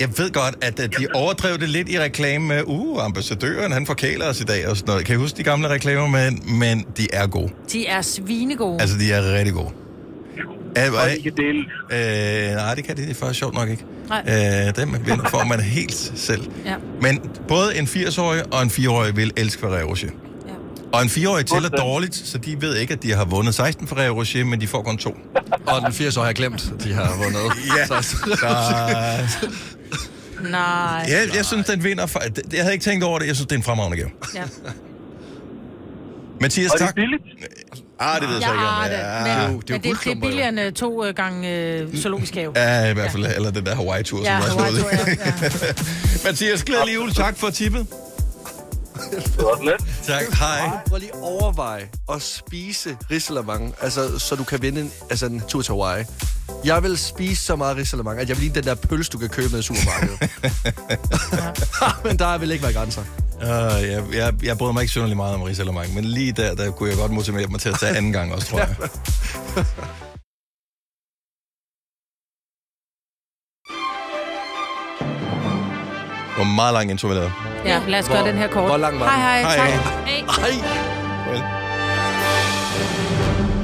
jeg ved godt, at øh, de overdrev det lidt i reklame med, uh, ambassadøren, han forkæler os i dag og sådan noget. Kan I huske de gamle reklamer, men, men de er gode.
De er svinegode.
Altså, de er rigtig gode. Og de kan dele. Øh, nej, det kan de faktisk sjovt nok ikke.
Nej.
Øh, dem vinder- får man helt selv.
[LAUGHS] Ja.
Men både en 80-årig og en 4-årig vil elske Ferrero Rocher. Ja. Og en 4-årig tæller dårligt, så de ved ikke, at de har vundet 16 Ferrero Rocher, men de får kun to.
[LAUGHS] Og den 80-årige har glemt, at de har vundet.
[LAUGHS] ja,
[LAUGHS]
så,
Nej.
jeg, jeg synes, den vinder. For, jeg havde ikke tænkt over det. Jeg synes, det er en fremragende gave.
Ja.
Mathias,
Og det er
tak. Ah, det ved jeg så ikke. om-
Ja, det,
Ja.
men, men det, det er billigere end øh, to øh, gange øh, zoologisk have.
Ja, i hvert fald. Eller den der Hawaii-tur,
Ja,
som var slået.
[LAUGHS]
Hawaii-tur,
Mathias, glædelig jul. Tak for tippet. Tak, hej.
Prøv lige at overveje at spise risalamang, altså, så du kan vinde en, altså, en tur til Hawaii. Jeg vil spise så meget risalamang, at jeg vil ligne den der pølse, du kan købe med i
[LAUGHS]
supermarkedet. Ah, Men der vil ikke være grænser.
Uh, jeg, jeg, jeg bryder mig ikke synderligt meget om Rigsalermang, men lige der, der kunne jeg godt motivere mig til at tage anden gang også,
[LAUGHS]
tror jeg. Hvor meget lang intro vi lavede.
Ja, lad os
Hvor-
gøre den her kort.
hvor lang var den?
Hej, hej.
Hej.
Tak.
Hej.